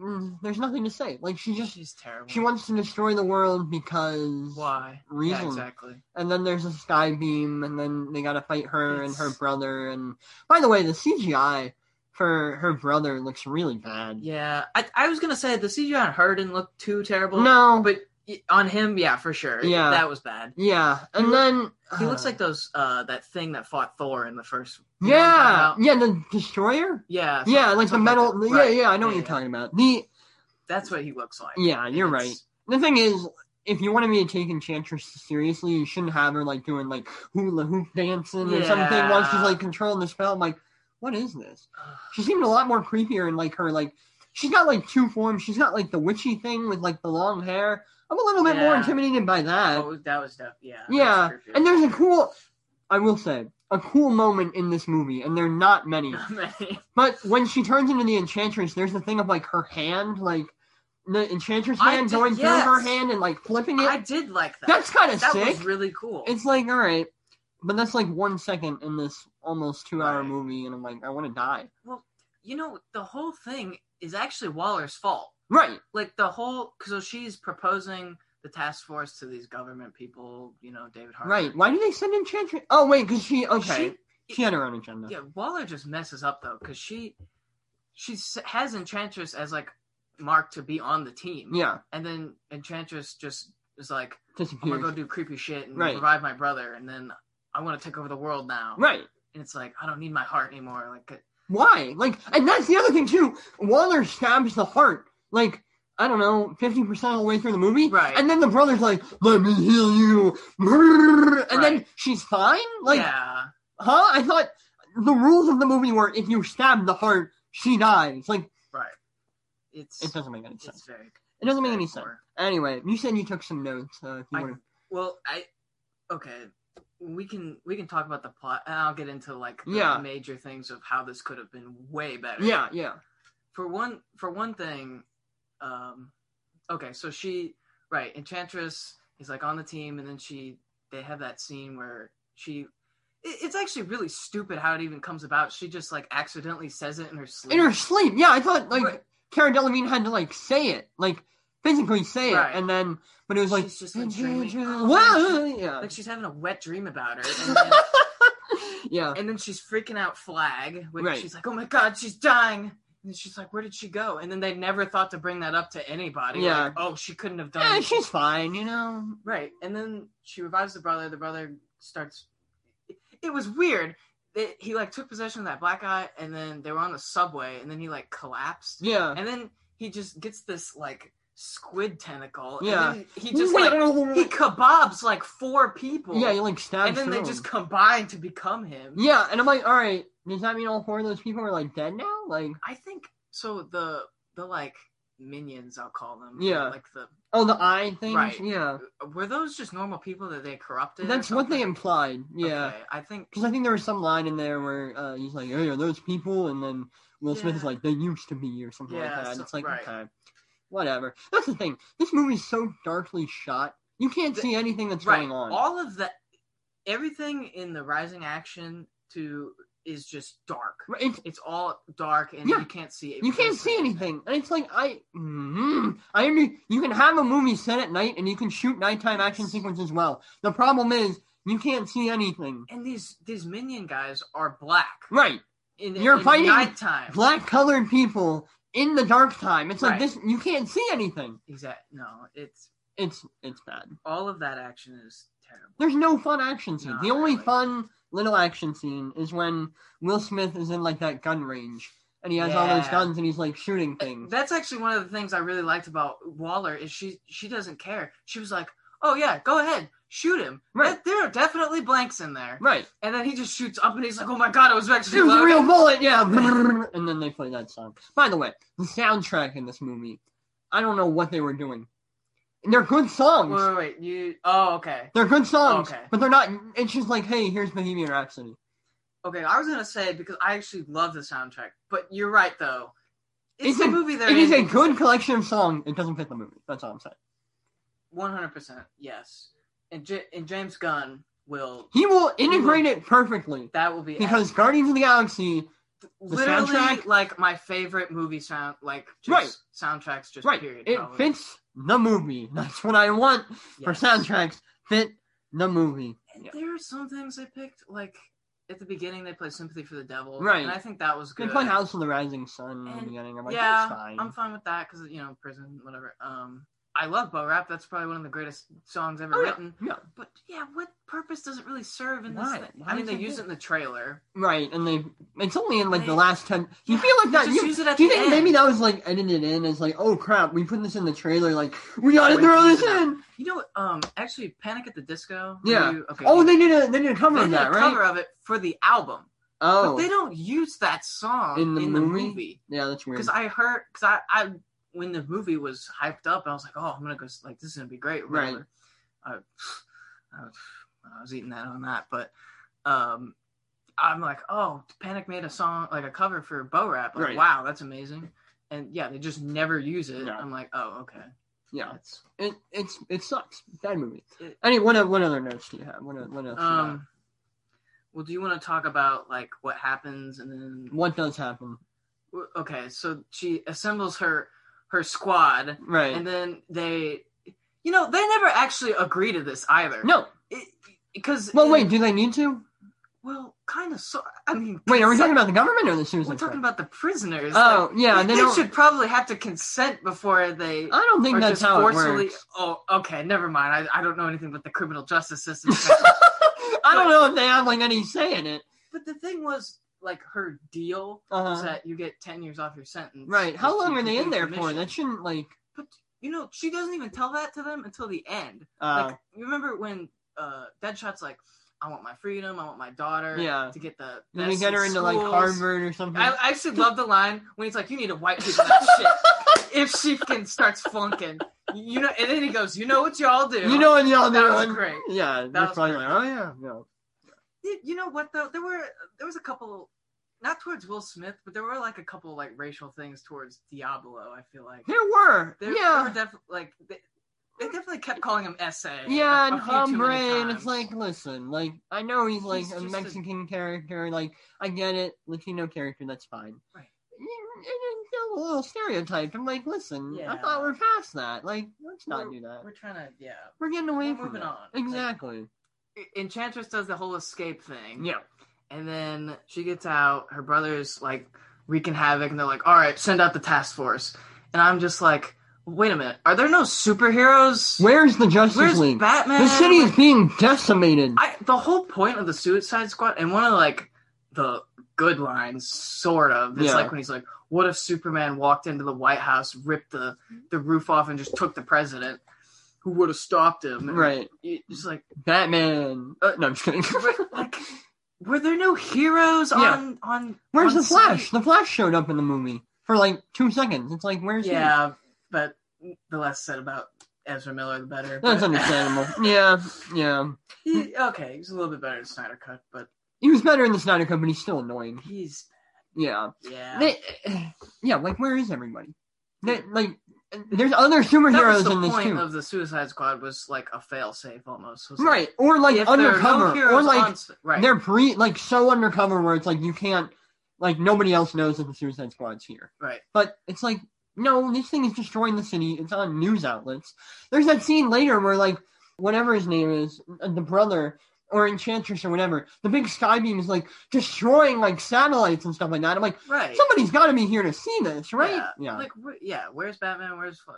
mm, there's nothing to say. Like she just
she's terrible.
she wants to destroy the world because
why?
reason.
Yeah, exactly.
And then there's a sky beam, and then they gotta fight her and her
It's-
brother. And by the way, the CGI for her brother looks really bad.
Yeah, I, I was gonna say the CGI on her didn't look too terrible.
No, but
but y- on him, yeah, for sure.
Yeah.
that was bad.
yeah, and
He look-
then
He
uh,
looks like those uh that thing that fought Thor in the first. you know what
yeah,
I'm talking about?
yeah, the destroyer.
yeah, something-
Yeah, like the
something
metal.
that.
yeah,
Right.
yeah, I know what you're
yeah.
talking about. The
That's what he looks like.
yeah, you're
It's-
right. The thing is, if you wanted me to take Enchantress seriously, you shouldn't have her like doing like hula hoop dancing or something while she's
Yeah.
like controlling the spell. I'm like, what is this?
Ugh.
She seemed a lot more creepier in like her like she's got like two forms. She's got like the witchy thing with like the long hair. I'm a little bit more
Yeah. Oh.
intimidated by that.
That was, that was def- yeah. that
yeah.
was creepy.
And there's a
[LAUGHS]
cool I will say, a cool moment in this movie, and there are not many. But when she turns into the enchantress, there's the thing of like her hand, like the enchantress
I
hand
did-
going
yes.
through her hand and like flipping it.
I did like that.
that's kind of
that
sick.
was really cool.
It's like all right, but that's like one second in this almost two-hour
Right.
movie, and I'm like, I want to die.
you know the whole thing is actually Waller's fault.
Right.
like the whole so she's proposing the task force to these government people, you know, David Harper.
Right. Why do they send Enchantress? Oh wait, because she okay. She,
She-
had her own agenda.
Yeah, Waller just messes up though because she she s- has Enchantress as like Mark to be on the team,
Yeah,
and then Enchantress just is like, I'm
disappears.
gonna go do creepy shit and
Right.
revive my brother, and then I want to take over the world now.
Right.
And it's like I don't need my heart anymore. Like uh,
Why? Like, and that's the other thing too. Waller stabs the heart. Like, I don't know, fifty percent of the way through the movie.
Right.
And then the brother's like, "Let me heal you," and then
Right.
she's fine. Like,
yeah,
huh? I thought the rules of the movie were if you stab the heart, she dies. Like,
right. It's
it doesn't make any
it's
sense.
very
It doesn't make
very
any sense.
poor.
Anyway, you said you took some notes. Uh, if you
I-
want
Well, I okay. We can we can talk about the plot, and I'll get into like the
Yeah.
major things of how this could have been way better.
to. Yeah, yeah,
For one, for one thing, um, okay. So she right, Enchantress is like on the team, and then she they have that scene where she. it- It's actually really stupid how it even comes about. She just like accidentally says it in her sleep.
in her sleep. Yeah, I thought like
Right.
Cara Delevingne had to like say it. Like physically say
Right.
it, and then but it was like,
She's just, like, dreaming. Oh,
Whoa! yeah,
Like she's having a wet dream about her, and [LAUGHS] then,
yeah,
and then she's freaking out. Flag, which
Right.
she's like, "Oh my god, she's dying!" And then she's like, "Where did she go?" And then they never thought to bring that up to anybody.
Yeah.
Like, oh, she couldn't have done
yeah. She's fine, you know.
Right. And then she revives the brother. The brother starts. It was weird. It, he like took possession of that black eye, and then they were on the subway, and then he like collapsed,
Yeah.
and then he just gets this like squid tentacle.
Yeah.
And then he
[LAUGHS]
just like he kebabs like four people.
oh, yeah, you like stabbed.
and then they
through
just
him.
combine to become him.
yeah, and I'm like, all right, does that mean all four of those people are like dead now? Like,
I think so. The the like minions, I'll call them.
Yeah.
Like the
oh, the eye things.
Right.
Yeah,
were those just normal people that they corrupted? or
that's what they
something?
implied. Yeah.
Okay, I think
Because I think there was some line in there where uh, he's like, "Hey, are those people?" And then Will Smith is
Yeah.
like, "They used to be," or something like
Yeah,
that. And
so-
it's like,
right.
okay, whatever. That's the thing. This movie's so darkly shot, you can't
The-
see anything that's going on.
All of that, everything in the rising action to is just dark.
Right, it's-
It's all dark, and
Yeah.
you can't see it.
you can't see anything, and it's like I, mm, I under, you can have a movie set at night, and you can shoot nighttime action
Yes.
sequences well. The problem is you can't see anything.
And these these minion guys are black.
Right,
In,
You're
in
fighting
nighttime.
black colored people in the dark time. It's like
Right.
this. You can't see anything.
Exactly. No, it's
It's it's bad.
all of that action is terrible.
There's no fun action scene.
Not
the only
really.
fun little action scene is when Will Smith is in like that gun range and he has all those
Yeah.
guns and he's like shooting things.
That's actually one of the things I really liked about Waller is she she doesn't care. She was like, "Oh yeah, go ahead, shoot him."
Right.
There- There are definitely blanks in there,
Right.
and then he just shoots up, and he's like, "Oh my god, it was actually
It was a
loaded."
real bullet, yeah. [LAUGHS] and then they play that song. By the way, the soundtrack in this movie, I don't know what they were doing. And they're good songs.
Wait, wait, wait, you. Oh, okay,
they're good songs,
Okay.
but they're not. It's just like, hey, here's Bohemian Rhapsody.
okay. I was gonna say because I actually love the soundtrack, but you're right though. It's,
It's
the
a-
movie that
It is a good collection of songs. It doesn't fit the movie. That's all I'm saying.
One hundred percent, yes. And J- and James Gunn will.
He will integrate
Mm-hmm.
it perfectly
That will be
because Guardians of the Galaxy the
literally
soundtrack-
like my favorite movie sound, like just
Right.
soundtracks, just
right.
period.
it
probably.
fits the movie. [LAUGHS] That's what I want for
Yes.
soundtracks. Fit the movie.
And
Yeah.
there are some things I picked, like at the beginning they play "Sympathy for the Devil,"
Right.
And I think that was
They
good.
play House of the Rising Sun in the
And-
beginning. I'm like,
yeah,
that's fine.
I'm fine with that because you know prison, whatever. Um, I love Bo Rap. That's probably one of the greatest songs ever
Oh, yeah.
written.
yeah,
But yeah, what purpose does it really serve in
Why?
this? Thing?
Why
I mean,
did
they
they
use
do
it in the trailer.
right. And they it's only in like the
They-
last ten. You
Yeah,
feel like
they
that.
just
You,
use it at
do you
the
think
end.
maybe that was like edited in as like, oh crap, we put this in the trailer.
[LAUGHS]
Like we gotta
We
throw
can
this
use it.
in.
You know, what, um, actually, Panic at the Disco.
Yeah.
you- okay.
Oh, they did a they did a cover
they
of
did
that,
a
right?
cover of it for the album,
oh,
but they don't use that song
In the movie?
movie
yeah, that's weird.
because I heard because I, I when the movie was hyped up, I was like, oh, I'm gonna go s- like this is gonna be great. or
Right.
whatever. I, [SIGHS] I, was- I was eating that on that, but um, I'm like, oh, Panic made a song like a cover for Bo Rap. Like,
Right.
Wow, that's amazing. And yeah, they just never use it.
No.
I'm like, oh, okay.
yeah,
That's,
it it's it sucks. Bad movie.
It-
Any one of what other notes do you have? What o- what else? you got?
um, well, do you want to talk about like what happens and then?
what does happen?
Okay, so she assembles her her squad.
Right.
and then they you know they never actually agree to this either
no.
because
Well, wait. Do they need to?
well kind of so i mean
Wait, are we talking
consent-
about the government or the
we're
suicide?
talking
squad?
about the prisoners
Oh,
like,
yeah.
they,
They don't.
should probably have to consent before they
I don't think
are
that's
just
how it
forcibly
works.
oh okay never mind I, I don't know anything about the criminal
[LAUGHS]
justice
[LAUGHS]
system
I don't know if they have like any say in it.
but the thing was like her deal was
Uh,
that you get 10 years off your sentence
right. How
if
long
you
are they in
complete
there
the
for?
mission.
That shouldn't like.
but you know she doesn't even tell that to them until the end
Uh,
Like you remember when uh, Deadshot's like, I want my freedom, I want my daughter
Yeah.
to get the
did
best
we get her
in
into like
schools."
Harvard or something?
I, I actually love the line when he's like, "You need to white people that
[LAUGHS]
shit." if she can starts flunking, you know, and then he goes, "You know what y'all do."
you know what y'all
that was
doing?
great.
Yeah.
That
That's
was
probably
great.
like, oh yeah, no.
You you know what though? There were there was a couple, not towards Will Smith, but there were like a couple like racial things towards Diablo. I feel like
There were.
there, there
yeah.
were def- like they, they definitely kept calling him SA.
yeah,
a- a
and
few too
hombre,
many
and it's
times.
like, listen, like I know he's like
He's
a
just a-
Mexican character, like I get it, Latino character, that's fine.
Right.
You- it- it's a little stereotyped. I'm like, listen, I
Yeah.
thought we're past that. Like, let's not
We're-
do that.
We're trying to, yeah.
We're getting away
We're
from
moving
that.
on.
Exactly.
Enchantress does the whole escape thing.
yeah.
And then she gets out. Her brother's like wreaking havoc, and they're like, all right, send out the task force. And I'm just like, wait a minute. Are there no superheroes?
Where's the Justice
Where's
League?
Batman?
The city is being decimated.
I the whole point of the Suicide Squad and one of like the good lines, sort of. It's
Yeah.
like when he's like, "What if Superman walked into the White House, ripped the the roof off, and just took the president? Who would have stopped him?" And
right.
it- It's like,
Batman. Uh, no, I'm just kidding.
were- [LAUGHS] like, were there no heroes
Yeah.
on on?
[LAUGHS] Where's
on
the Flash?
site?
The Flash showed up in the movie for like two seconds. It's like, where's he?
Yeah, but the less said about Ezra Miller, the better.
That's
But-
understandable. yeah, yeah.
[LAUGHS] he, okay, he's a little bit better than Snyder Cut, but
He was better in the Snyder Cut, but he's still annoying.
he's
Yeah.
yeah.
They, [SIGHS] yeah, like, where is everybody? They, like, there's other superheroes
that was the
in this
point
too.
of the Suicide Squad was like a failsafe almost. was, like,
right. Or like
if there are no
undercover. or
heroes
like,
on s- right.
they're pre, like, so undercover where it's like you can't, like, nobody else knows that the Suicide Squad's here.
right.
But it's like, no, this thing is destroying the city. It's on news outlets. There's that scene later where, like, whatever his name is, uh, the brother or Enchantress or whatever, the big sky beam is, like, destroying, like, satellites and stuff like that. I'm like,
Right.
somebody's got to be here to see this, right? Yeah.
Like wh- yeah, where's Batman? Where's Fl-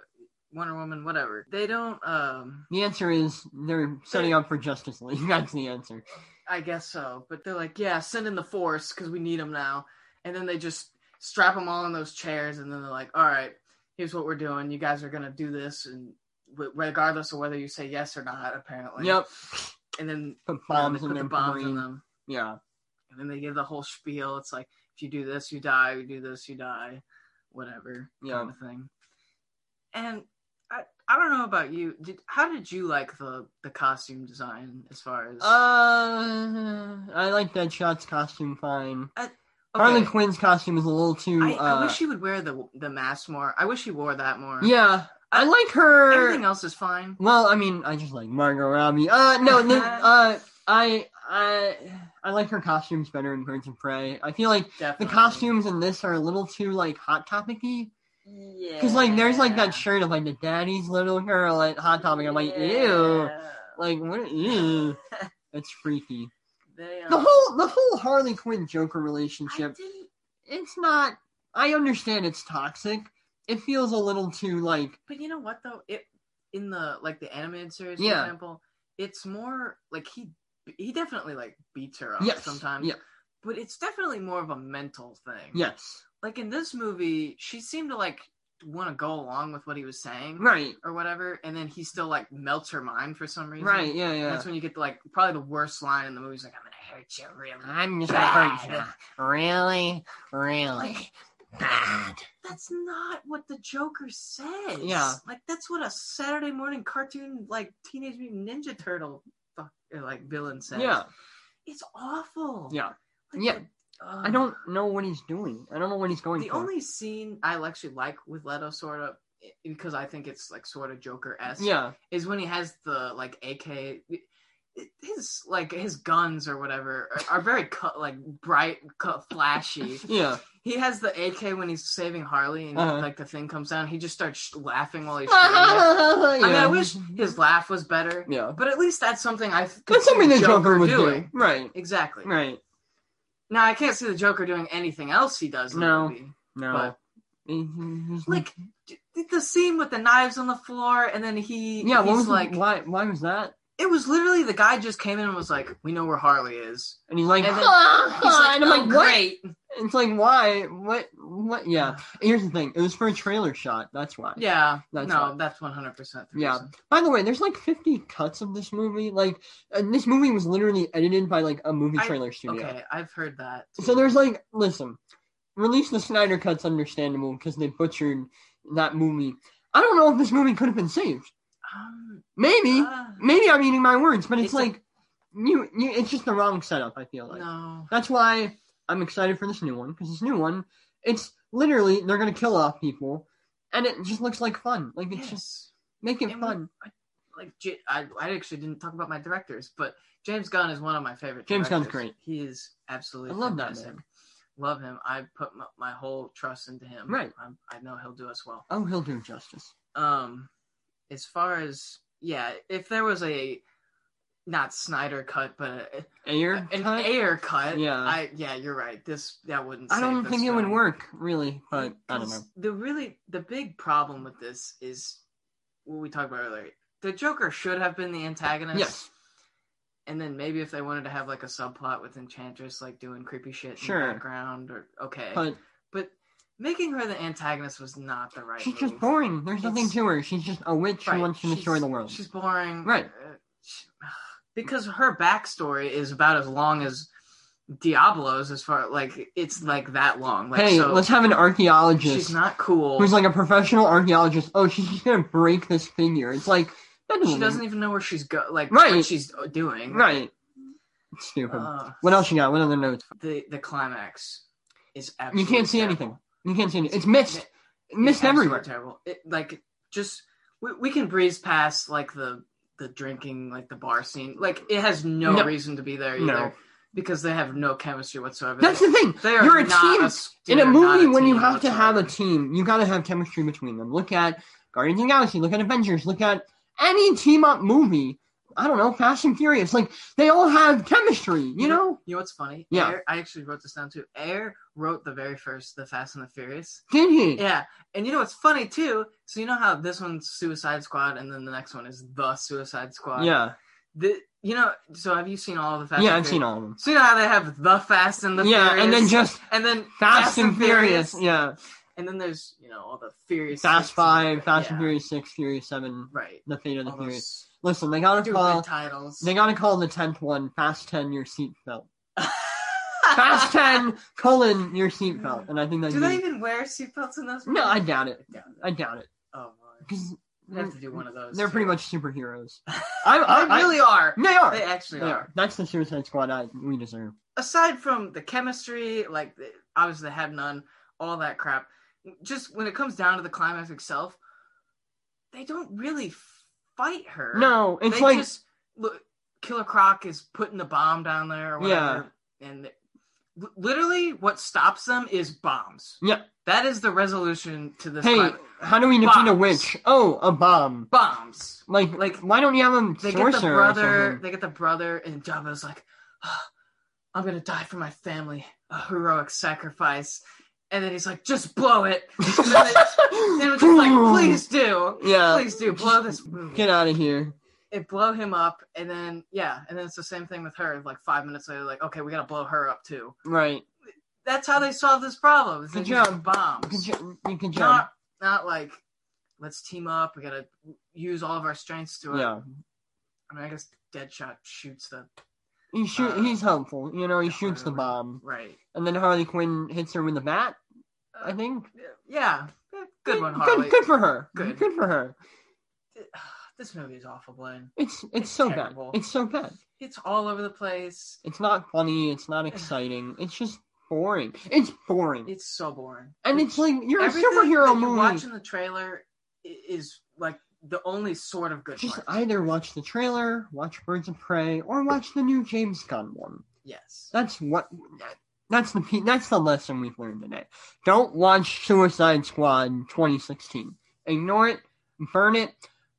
Wonder Woman? Whatever. They don't um
the answer is they're setting up for Justice League. [LAUGHS] That's the answer.
I guess so, but they're like, yeah, send in the force cuz we need them now. And then they just strap them all in those chairs and then they're like, "All right, here's what we're doing. You guys are going to do this and w- regardless of whether you say yes or not apparently."
yep.
And then
Put
you know, they
bombs
put
in
the
their
bombs in
brain.
them.
Yeah.
And then they give the whole spiel. It's like, if you do this, you die. You do this, you die. Whatever
Yeah.
kind of thing. And I, I don't know about you. Did how did you like the the costume design as far as
Uh, I like Deadshot's costume fine.
Okay,
Harley Quinn's costume is a little too.
I,
uh,
I wish he would wear the the mask more. I wish he wore that more.
Yeah, I like her.
Everything else is fine.
Well, I mean, I just like Margot Robbie. Uh, no,
[LAUGHS]
no uh, I, I, I like her costumes better in Birds of Prey. I feel like the
Definitely.
costumes in this are a little too like hot topicy.
Yeah.
Because like, there's like that shirt of like the daddy's little girl at Hot Topic. I'm like, ew, like what?
[LAUGHS]
Ew. It's freaky.
They,
The
um,
whole the whole Harley Quinn Joker
I
relationship.
didn't-
It's not. I understand it's toxic. It feels a little too like
But you know what though? It in the like the animated series, for
Yeah.
example, it's more like he he definitely like beats her up
yes.
sometimes.
Yeah.
But it's definitely more of a mental thing.
Yes.
Like in this movie, she seemed to like want to go along with what he was saying
Right.
or whatever, and then he still like melts her mind for some reason.
Right. Yeah.
And
Yeah.
Mm-hmm. That's when you get to, like probably the worst line in the movie. He's like, "I'm gonna hurt you really."
I'm just
Bad.
gonna hurt you. Really, really bad.
That's not what the Joker says.
Yeah.
like that's what a Saturday morning cartoon like Teenage Mutant Ninja Turtle fuck, uh, like villain says.
Yeah,
It's awful.
Yeah.
Like,
Yeah.
ugh.
I don't know what he's doing. I don't know what he's going
The
for.
only scene I actually like with Leto, sort of, i- because I think it's like sort of Joker esque,
yeah,
is when he has the like AK. His like his guns or whatever are, are very cut like bright, cut [LAUGHS] flashy.
yeah.
He has the AK when he's saving Harley, and
Uh-huh.
like the thing comes down. He just starts sh- laughing while he's. shooting
[LAUGHS]
it.
yeah.
I mean, I wish his laugh was better,
Yeah,
but at least that's something I. could
that's
see
something
the
that Joker would
doing.
do. Right.
Exactly.
Right.
Now I can't see the Joker doing anything else he does. In
No.
The movie.
No.
But-
He's-
Like d- the scene with the knives on the floor, and then he.
yeah.
he's
What was
like?
like? Why? Why was that?
It was literally the guy just came in and was like, "We know where Harley is."
And [LAUGHS] he's like,
And then-
"Ah,
He's
ah,"
like,
and I'm
"Oh,
like, what?
great.
It's like, why? What? What? Yeah. Here's the thing. It was for a trailer shot. That's why.
Yeah.
That's
no,
why.
that's one hundred percent.
Yeah. By the way, there's like 50 cuts of this movie. Like, and this movie was literally edited by like a movie
I-
trailer studio.
Okay, I've heard that.
So
too.
there's like, listen, release the Snyder cuts understandable because they butchered that movie. I don't know if this movie could have been saved.
Um,
Maybe,
ah,
maybe I'm eating my words, but it's,
It's a-
like, you, you, it's just the wrong setup. I feel like
no.
that's why I'm excited for this new one because this new one, it's literally they're gonna kill off people, and it just looks like fun. Like it's just
Yes.
make it
And we-
fun.
like J- I, I actually didn't talk about my directors, but James Gunn is one of my favorite.
James Gunn's
directors. He is absolutely.
I love that
fantastic.
man.
love him. I put my, my whole trust into him.
Right.
I'm, I know he'll do us well.
Oh, he'll do justice.
Um, as far as yeah, if there was a not Snyder cut, but a,
Air
an
cut?
air cut.
Yeah.
I yeah, you're right. This that wouldn't.
I
save
don't
this
think it would
film.
work, really, but I don't know.
Because The really the big problem with this is what we talked about earlier. The Joker should have been the antagonist.
Yes,
And then maybe if they wanted to have like a subplot with Enchantress, like doing creepy shit in
Sure.
the background, or okay, but,
but
making her the antagonist was not the right.
she's
move.
just boring. There's nothing
It's-
to her. She's just a witch
Right.
who wants to
She's-
destroy the world.
She's boring.
Right.
Uh, she- [SIGHS] because her backstory is about as long as Diablo's, as far like it's like that long. Like,
hey,
so
let's have an
she's
archaeologist
not cool.
who's like a professional archaeologist. Oh, she's just gonna break this figure. It's like that
she doesn't even know where she's go like
Hmm. Right.
what she's uh, doing.
right. Stupid.
Uh,
what else you got? What other notes?
the the climax is
You
absolutely
can't see
terrible.
anything. You can't see anything. It's missed. Missed
Absolutely
everywhere.
Terrible. It, like just we, we can breeze past like the the drinking like the bar scene. Like it has no,
No.
reason to be there either
No,
because they have no chemistry whatsoever.
that's
they,
the thing.
they are
You're a
not
team.
s-
in
they
a
are not
movie when you
team
have to have a
whatsoever.
team you got to have chemistry between them look at guardians of the galaxy look at avengers look at any team up movie i don't know fast and furious like they all have chemistry you know
You know what's funny?
Yeah.
Ayer- I actually wrote this down too. Air wrote the very first The Fast and the Furious.
did he
Yeah, and you know what's funny too? So you know how this one's Suicide Squad, and then the next one is the Suicide Squad.
yeah
The, you know, so have you seen all the Fast?
yeah
and
i've
Furious?
seen all of them
So you know how they have the Fast and the
yeah
Furious,
and then just
and then
fast, and, furious. yeah
and then there's you know all the Furious
fast
Six
five fast and
yeah,
furious six furious seven
Right.
the fate of the
All those
furious listen they gotta
stupid
call
titles. [LAUGHS]
they gotta call the 10th one fast 10 your seatbelt fast 10 colon your seatbelt and i think that's
Do they even wear seatbelts in those?
no i
movies?
doubt it
I doubt it.
i doubt it
Oh, Lord.
because
we have to do one of those.
They're
too.
pretty much superheroes. I,
They
I- I-
really are.
they are.
They actually
They
are.
are. That's the Suicide Squad I, we deserve.
aside from the chemistry, like the- obviously they had none, all that crap. Just when it comes down to the climax itself, they don't really f- fight her.
No, it's
they
like
just look. Killer Croc is putting the bomb down there, or whatever, and li- literally what stops them is bombs.
Yeah.
that is the resolution to this.
hey,
clim-
how do we defeat a
bombs.
witch? Oh, a bomb.
bombs.
Like, like,
Like,
why don't you have a
They
sorcerer?
get the
or
brother.
something?
They get the brother, and Jabba's like, "Ah, "I'm gonna die for my family, a heroic sacrifice." And then he's like, "Just
[LAUGHS]
blow it." and then it- and it's just like, "Please do,
yeah,
please do, blow this movie."
get out of here.
It blow him up, and then yeah, and then it's the same thing with her. Like five minutes later, like, "Okay, we gotta blow her up too."
Right?
That's how they solve this problem. is they
Good
just
job. Good
Bombs.
jo- you can jump.
Not not like, let's team up. We gotta use all of our strengths to it.
Yeah,
I mean, I guess Deadshot shoots the
he shoot,
Uh,
he's helpful. You know, he shoots the
whatever.
bomb,
right. Uh,
and then Harley Quinn hits her with the bat. I think.
Yeah, good one,
Good,
Harley.
good for her.
Good.
good for her.
[SIGHS] This movie is awful, Blaine.
It's it's
It's
so
terrible.
bad. It's so bad.
It's all over the place.
It's not funny. It's not exciting. It's just boring. It's boring.
It's so boring.
and it's like you're a
Everything that
superhero
you're
movie.
Watching the trailer i- is like the only sort of good
just
part.
either watch the trailer, watch Birds of Prey, or watch the new James Gunn one.
yes.
That's what. That's the pe- that's the lesson we've learned today. Don't watch Suicide Squad 2016. Ignore it. Burn it.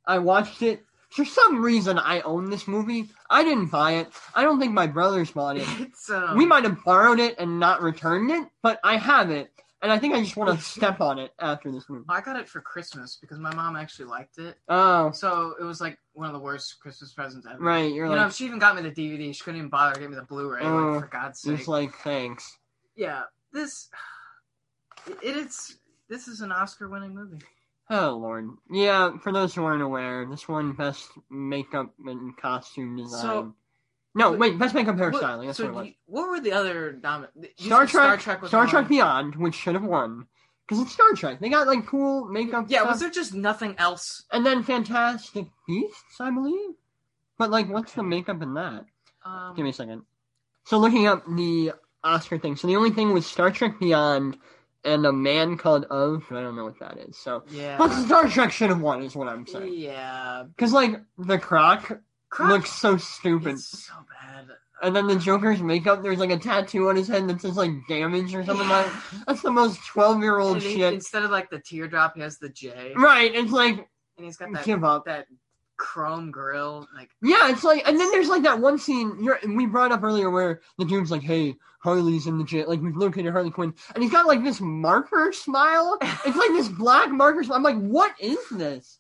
I watched it. For some reason, I own this movie. I didn't buy it. I don't think my brothers bought
[LAUGHS]
it.
It's um,
we might have borrowed it and not returned it, but I have it, and I think I just want to step on it after this movie.
I got it for Christmas because my mom actually liked it.
Oh,
So it was like one of the worst Christmas presents ever.
right, you're
You know,
like,
she even got me the DVD. She couldn't even bother to get me the Blu-ray.
Oh,
like, for God's sake.
it's like thanks.
yeah. This. [SIGHS] It, it's. This is an Oscar-winning movie.
Oh Lord, yeah. For those who aren't aware, this one best makeup and costume design.
So-
no,
Wait,
wait, best makeup hair
What-
styling. That's
so
what it was.
do you- what were the other nomi- you
Star
said
Trek, Star Trek,
was one.
Beyond, which should have won because it's Star Trek. They got like cool makeup.
Yeah,
stuff.
was there just nothing else?
and then Fantastic Beasts, I believe. But like, what's the
Okay.
makeup in that?
Um,
Give me a second. So looking up the Oscar thing. So the only thing was Star Trek Beyond and a man called Of. I don't know what that is. So, but
yeah,
Star Trek should have won, is what I'm saying.
yeah.
Because like the Croc
Croc
looks so stupid.
is so bad.
And then the Joker's makeup, there's like a tattoo on his head that says like damage or something like that's the most twelve year old
And he-
shit.
instead of like the teardrop, he has the J,
Right, it's like
and he's got that
give up.
that chrome grill. Like
Yeah, it's like, and then there's like that one scene you're, and we brought up earlier where the dude's like, "Hey, Harley's in the jail. Like we've located Harley Quinn," and he's got like this marker
[LAUGHS]
smile. It's like this black marker. Smile. I'm like, what is this?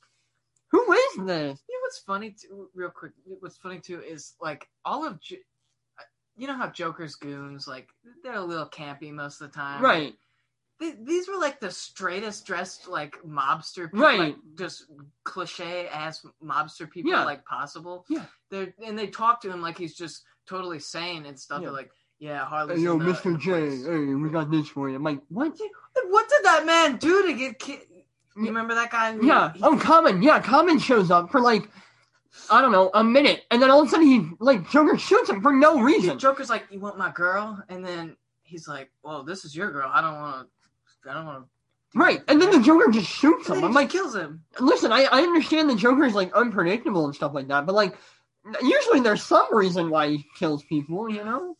Who is this?
You know what's funny? Too, real quick, what's funny too is like all of, J- you know how Joker's goons like they're a little campy most of the time,
Right.
Th- these were like the straightest dressed like mobster, people,
Right.
Like, just cliche ass mobster people
Yeah.
like possible.
Yeah.
They're and they talk to him like he's just totally sane and stuff.
Yeah.
They're like, yeah, Harley's.
Hey, yo,
in the- in
Mr.
the
J.
place."
Hey, we got this for you. I'm like, what?
And What did that man do to get? Ki- you remember that guy? who-
Yeah.
he-
Oh, Common. Yeah, Common shows up for like, I don't know, a minute, and then all of a sudden he like Joker shoots him for no reason.
Joker's like, "You want my girl?" And then he's like, "Well, this is your girl. I don't want to. I don't want to."
Right, and then the Joker just shoots him.
then he
I'm like.
just kills him.
listen, I, I understand the Joker's like unpredictable and stuff like that, but like usually there's some reason why he kills people, you know?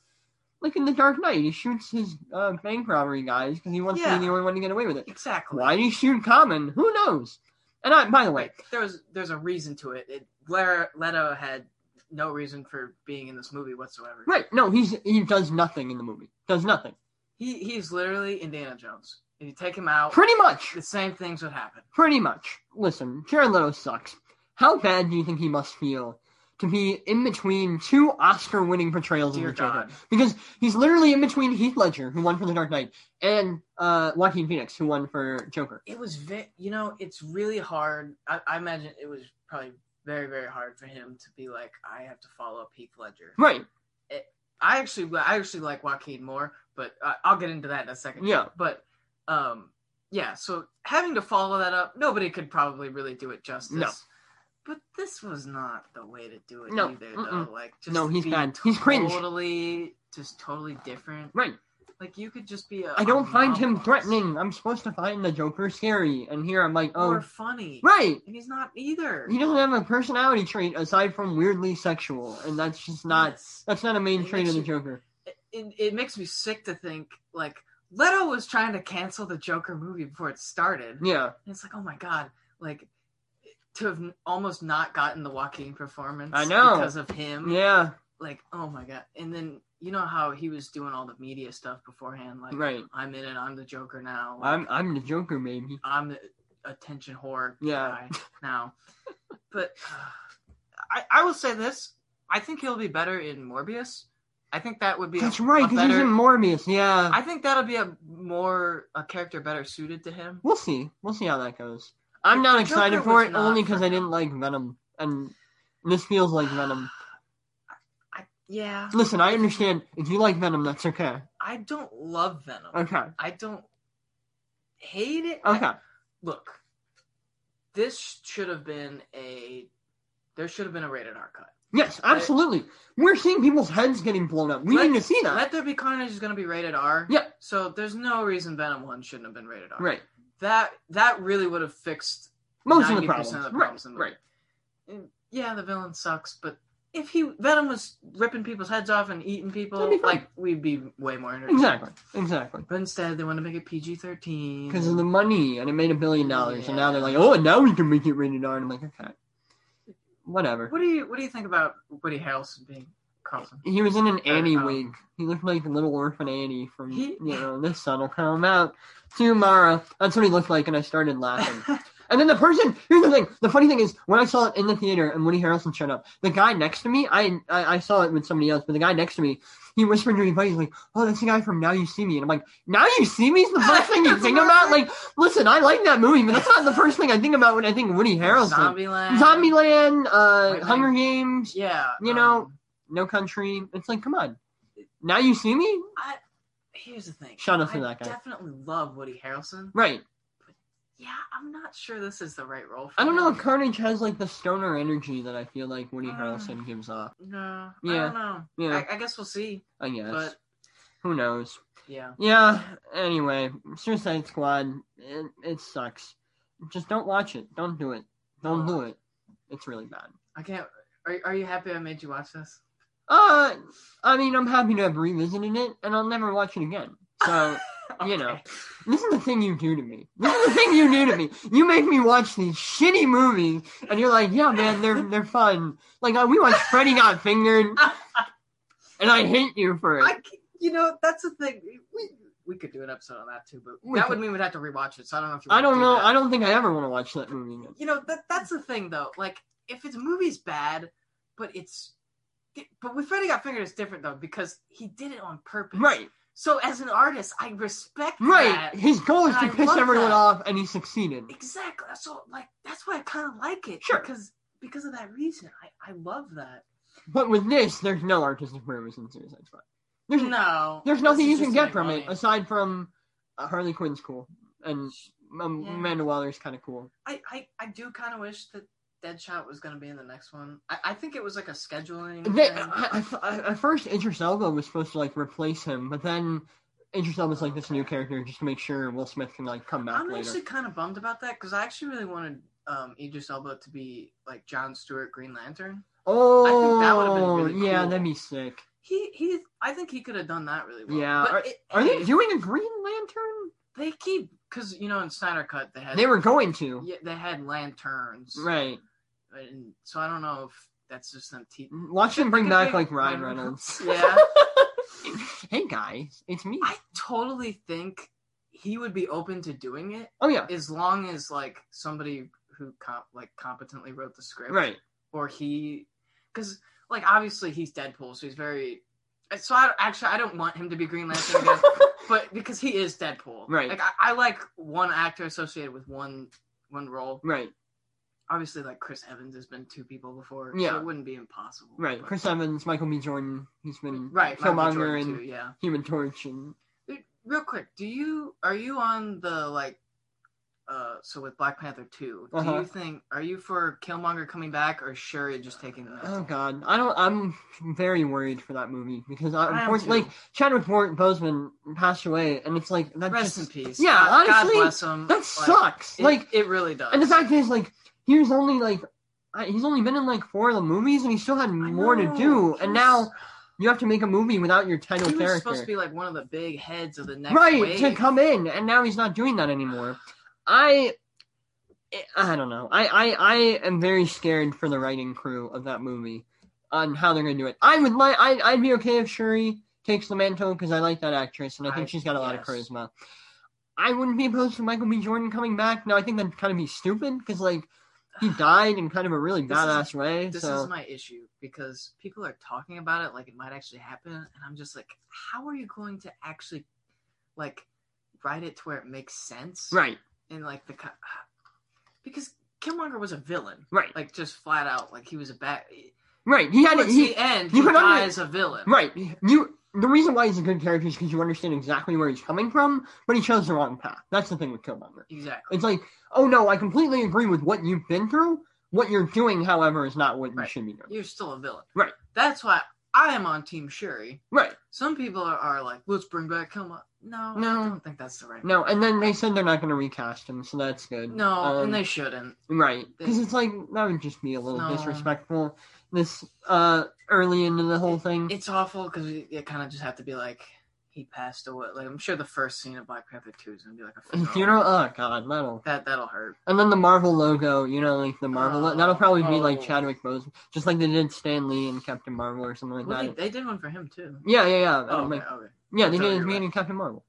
Like in The Dark Knight, he shoots his uh, bank robbery guys because he wants to
Yeah.
be the only one to get away with it.
Exactly.
Why did he shoot Common? Who knows? And I, by the way,
Right. There was there's a reason to it. it Lara, Leto had no reason for being in this movie whatsoever.
right? No, he's he does nothing in the movie. Does nothing.
He he's literally Indiana Jones. If you take him out,
Pretty much.
the same things would happen.
Pretty much. Listen, Jared Leto sucks. How bad do you think he must feel to be in between two Oscar-winning portrayals
Dear
of the Joker?
God.
because he's literally in between Heath Ledger, who won for The Dark Knight, and uh, Joaquin Phoenix, who won for Joker.
It was ve- you know it's really hard. I, I imagine it was probably very very hard for him to be like I have to follow up Heath Ledger.
Right?
I actually I actually like Joaquin more, but uh, I'll get into that in a second.
Yeah.
But um yeah, so having to follow that up, nobody could probably really do it justice.
No.
But this was not the way to do it
No,
either
mm-mm.
though. Like just
No, he's
be
bad. He's cringe.
Totally just totally different.
Right.
Like you could just be a
I don't
a
find him
novelist
threatening. I'm supposed to find the Joker scary, and here I'm like,
or
oh,
funny.
right.
And he's not either.
He doesn't have a personality trait aside from weirdly sexual, and that's just not
Yes.
that's not a main
It
trait of the
makes you-
Joker.
it, it, it makes me sick to think like Leto was trying to cancel the Joker movie before it started.
Yeah.
And it's like, oh my god, like to have almost not gotten the Joaquin performance.
I know.
because of him.
Yeah.
Like, oh my god. And then you know how he was doing all the media stuff beforehand, like
Right.
I'm in it, I'm the Joker now. Like,
I'm I'm the Joker, maybe.
I'm the attention whore
Yeah. [LAUGHS]
guy now. but uh, I I will say this: I think he'll be better in Morbius. I think that would be a-
That's right,
a
because he's
better-
in Morbius. Yeah.
I think that'll be a more a character better suited to him.
we'll see. We'll see how that goes. I'm not
Joker
excited
was
for it
not
only because
for
I didn't like Venom, and this feels like Venom.
I, yeah,
Listen, I understand if you like Venom, that's okay.
I don't love Venom.
Okay,
I don't hate it.
okay,
I- look, this should have been a there should have been a rated R cut.
yes, absolutely. We're seeing people's heads getting blown up. We
Let-
need to see that.
Let There Be Carnage is going to be rated R.
Yeah.
So there's no reason Venom One shouldn't have been rated R.
Right,
That that really would have fixed
most of the
90%
problems.
problems in the
right, right.
movie. And yeah, the villain sucks, but if he Venom was ripping people's heads off and eating people,
That'd be fun.
like we'd be way more entertained.
Exactly, exactly.
But instead, they want to make it PG thirteen.
Because of the money, and it made a billion dollars, and now they're
Yeah.
like, oh, and now we can make it rated R. And I'm like, okay, whatever.
What do you What do you think about Woody Harrelson being Carlson?
He was in an Annie
um,
wig. He looked like little orphan Annie from
He-
you know this sun will come out tomorrow. That's what he looked like, and I started
[LAUGHS]
laughing. and then the person here's the thing. The funny thing is, when I saw it in the theater and Woody Harrelson showed up, the guy next to me, I I, I saw it with somebody else, but the guy next to me, he whispered to me, buddy, he's like, "Oh, that's the guy from Now You See Me," and I'm like, "Now You See Me" is the first thing you think about. Like, listen, I like that movie, but that's not the first thing I think about when I think Woody Harrelson.
Zombieland.
Zombieland, uh,
Wait,
Hunger Games,
Yeah. um,
You know- no country. It's like, come on. Now you see me?
I here's the thing.
Shout out
I
to that guy.
definitely love Woody Harrelson.
Right.
Yeah, I'm not sure this is the right role. For
I don't know
him.
if Carnage has like the stoner energy that I feel like Woody
Mm.
Harrelson gives off.
No. I
Yeah.
don't know.
Yeah.
I, I guess we'll see.
I guess.
But
Who knows?
yeah.
Yeah. Anyway, Suicide Squad. It, it sucks. Just don't watch it. Don't do it. Don't do it. It's really bad.
I can't. Are, are you happy I made you watch this?
Uh, I mean, I'm happy to have revisited it, and I'll never watch it again. So, you know,
Okay.
this is the thing you do to me. This is the thing you do to me. You make me watch these shitty movies, and you're like, yeah, man, they're they're fun. Like, uh, we watched Freddy Got Fingered, and I hate you for it.
[LAUGHS] I, c- you know, that's the thing. We we could do an episode on that too, but
We
that
could.
would mean we'd have to rewatch it. So I don't know if you
I
wanna
don't
do
know.
that.
I don't think I ever want to watch that movie again.
You know that that's the thing though. Like if it's movie's bad, but it's but with Freddy Got Fingered, it's different though because he did it on purpose.
Right,
So as an artist, I respect
right.
that.
His goal is to
I
piss
love
everyone
that.
off, and he succeeded.
Exactly. So like that's why I kind of like it.
Sure.
Because because of that reason, I I love that.
But with this, there's no artistic purpose in Suicide Squad. There's
No.
There's nothing you
this is
can
just
get
to
from
make
it
money.
aside from uh, Harley Quinn's cool and um,
Yeah.
Amanda Waller's kind of cool.
I, I, I do kind of wish that Deadshot was going to be in the next one. I, I think it was like a scheduling.
They,
thing.
I, I, I- at first, Idris Elba was supposed to like replace him, but then Idris Elba's like this new character just to make sure Will Smith can like come back
I'm
later.
actually kind of bummed about that because I actually really wanted um, Idris Elba to be like John Stewart Green Lantern.
Oh,
that would've been really
yeah,
cool.
that'd be sick.
He he, I think he could have done that really well.
Yeah,
But it-
Are they
hey,
doing a Green Lantern?
They keep because you know in Snyder Cut they had
They were going to,
yeah, they had lanterns
right?
and so I don't know if that's just them. Te-
Watch them bring back like Ryan Reynolds.
yeah.
[LAUGHS] hey guys, it's me.
I totally think he would be open to doing it
Oh yeah,
as long as like somebody who comp- like competently wrote the script, [LAUGHS]
right.
Or he, because like obviously he's Deadpool, so he's very. So I actually I don't want him to be Green
[LAUGHS]
Lantern, again, but because he is Deadpool,
Right.
Like I, I like one actor associated with one one role.
right,
Obviously, like Chris Evans has been two people before,
Yeah.
so it wouldn't be impossible,
right.
but-
Chris Evans, Michael B. Jordan. He's been
right, Michael
Killmonger
Jordan
and
too, yeah.
Human Torch and
real quick do you are you on the like uh so with black panther 2 do
Uh-huh.
you think are you for killmonger coming back or shuri just taking the
oh
mantle?
god, I don't. I'm very worried for that movie because I,
I am
unfortunately,
too.
like Chadwick Bor- Boseman passed away, and it's like that
rest in
just
peace
yeah,
god, God
honestly,
bless him
that
Like,
sucks.
it-
like,
it really does
and the fact is, like, he was only like I, he's only been in like four of the movies, and he still had
I
more to
know.
do,
He
and
was-
now you have to make a movie without your title
he was
character.
supposed to be like one of the big heads of the next
right
wave.
to come in and now he's not doing that anymore i i don't know I, I i am very scared for the writing crew of that movie on how they're gonna do it i would like I, i'd be okay if shuri takes the mantle because i like that actress and i think
I-
she's got a lot of
yes.
charisma i wouldn't be opposed to michael b jordan coming back now i think that'd kind of be stupid because like
[SIGHS]
he died in kind of a really
This is-
badass way
this
so
is my issue because people are talking about it like it might actually happen and i'm just like how are you going to actually like write it to where it makes sense
right
and like the co- [SIGHS] because Killmonger was a villain,
right
like just flat out, like he was a bad.
right he had
Towards
he,
the end,
you
he
could under-
dies a villain.
Right. You the reason why he's a good character is because you understand exactly where he's coming from, but he chose the wrong path. That's the thing with Killmonger.
Exactly.
It's like, oh no, I completely agree with what you've been through. What you're doing, however, is not what you
Right.
should be doing.
You're still a villain.
Right.
That's why I am on Team Shuri.
Right.
Some people are, are like, let's bring back Killmonger. No,
No.
I don't think that's the right.
No, and then they said they're not going to recast him, so that's good.
No,
Um,
and they shouldn't.
right because
they-
it's like that would just be a little
No.
disrespectful. This uh early into the whole thing.
It's awful because you kind of just have to be like, he passed away. Like I'm sure the first scene of Black Panther Two is gonna be like a
And funeral.
funeral.
Oh god, that'll
That that'll hurt.
And then the Marvel logo, you know, like the Marvel, lo-
Oh,
that'll probably be like
oh.
Chadwick Boseman, just like they did Stan Lee and Captain Marvel or something like
Well, they,
that.
they did one for him too.
Yeah, yeah, yeah.
Oh,
Um,
okay,
like-
okay.
yeah, they
So
did
you're
it
right.
in Captain Marvel.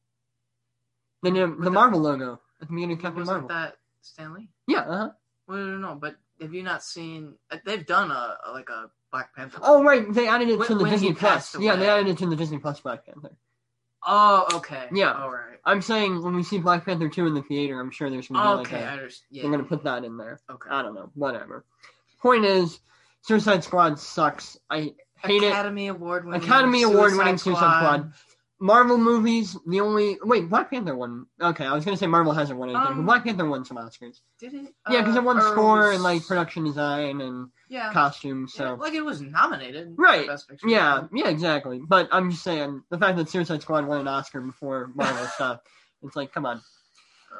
They did the
that-
Marvel logo at the beginning of Captain Marvel.
Wasn't that Stanley?
Yeah. Uh-huh.
Well, no, no, no, but have you not seen? uh, They've done a, a- like a Black Panther.
Oh right, they added it
When-
to the
when he
Disney Plus.
passed
Yeah, they
away.
added it to the Disney Plus Black Panther.
Oh, okay.
Yeah.
All right.
I'm saying when we see Black Panther two in the theater, I'm sure there's gonna be
okay,
like
I
a,
understand. Yeah,
they're gonna put that in there.
okay.
I don't know, whatever. Point is, Suicide Squad sucks. I hate it.
Academy Award winning.
Academy Award-winning Suicide Squad. Marvel movies, the only wait, Black Panther won. Okay, I was gonna say Marvel hasn't won anything, but
Um,
Black Panther won some Oscars.
Did it?
Yeah, because
Uh,
it won
or
score
was-
and like production design and
Yeah.
costumes.
yeah,
So
like it was nominated. for
Right,
Best Picture.
yeah, yeah, exactly. But
[LAUGHS]
I'm just saying the fact that Suicide Squad won an Oscar before Marvel stuff, it's like come on.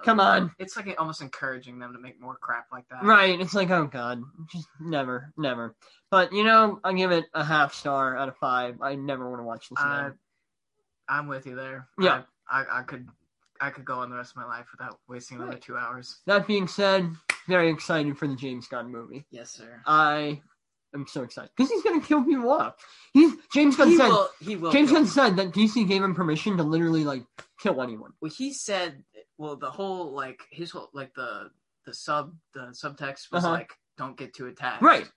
Come on.
Uh, It's like almost encouraging them to make more crap like that.
Right. It's like, oh god, just never, never. But you know, I give it a half star out of five. I never want to watch this
Uh,
again.
I'm with you there.
Yeah.
I, I, I could I could go on the rest of my life without wasting another
Right.
two hours.
That being said, very excited for the James Gunn movie.
Yes, sir.
I am so excited because he's gonna kill people off. He's James Gunn
he
said.
will. He will.
James
kill
Gunn said that DC gave him permission to literally like kill anyone.
well, he said, well, the whole like his whole like the the sub the subtext was
Uh-huh.
like, don't get too attached,
Right.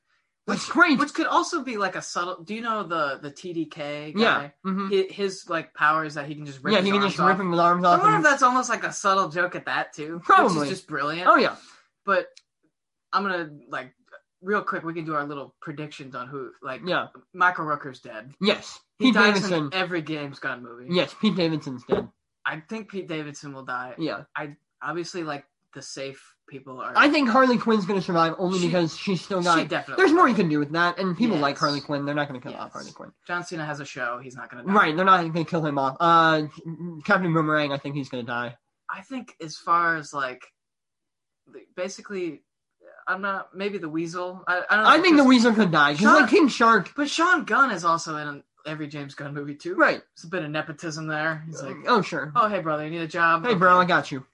That's great.
Which could also be like a subtle. Do you know the the TDK
yeah.
guy?
hmm
Hi- His like power is that he can just rip
Yeah.
his
He can
arms
just rip
off.
him with arms
I
off.
wonder if
and-
that's almost like a subtle joke at that too. which
Probably.
is just brilliant.
oh yeah.
But I'm gonna like real quick. We can do our little predictions on who like
Yeah.
Michael Rooker's dead.
Yes.
He
Pete
dies
Davidson.
in every James Gunn movie.
Yes. Pete Davidson's dead.
I think Pete Davidson will die.
Yeah.
Obviously, like the safe people are.
I think Harley Quinn's gonna survive only
She-
because she's still
she
got.
definitely.
There's more you can do with that, and people like
Yes.
Harley Quinn. They're not gonna kill off
Yes.
Harley Quinn.
John Cena has a show. He's not gonna. Die.
Right. They're not gonna kill him off. Uh, Captain Boomerang. I think he's gonna die.
I think as far as like, the- basically, I'm not maybe the Weasel. I, I don't. Know,
I think the
'cause-
Weasel could die because
Sean-
like King Shark.
But Sean Gunn is also in every James Gunn movie too.
Right.
It's a bit of nepotism there. He's like,
oh sure.
oh hey brother, you need a job.
hey bro, I got you.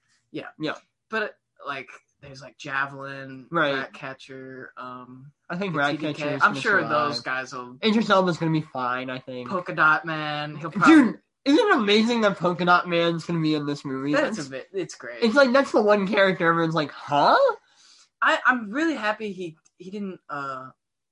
But like, there's like javelin,
Right.
rat catcher, um,
I think
the
Ratcatcher.
TDK.
is
I'm
gonna
sure
survive.
those guys will.
Idris Elba's gonna be fine, I think.
Polka dot man. He'll probably.
Dude, isn't it amazing that Polka Dot Man's gonna be in this movie?
That's a
It's-
bit. It's great.
it's like that's the one character everyone's like, huh?
I, I'm really happy he he didn't uh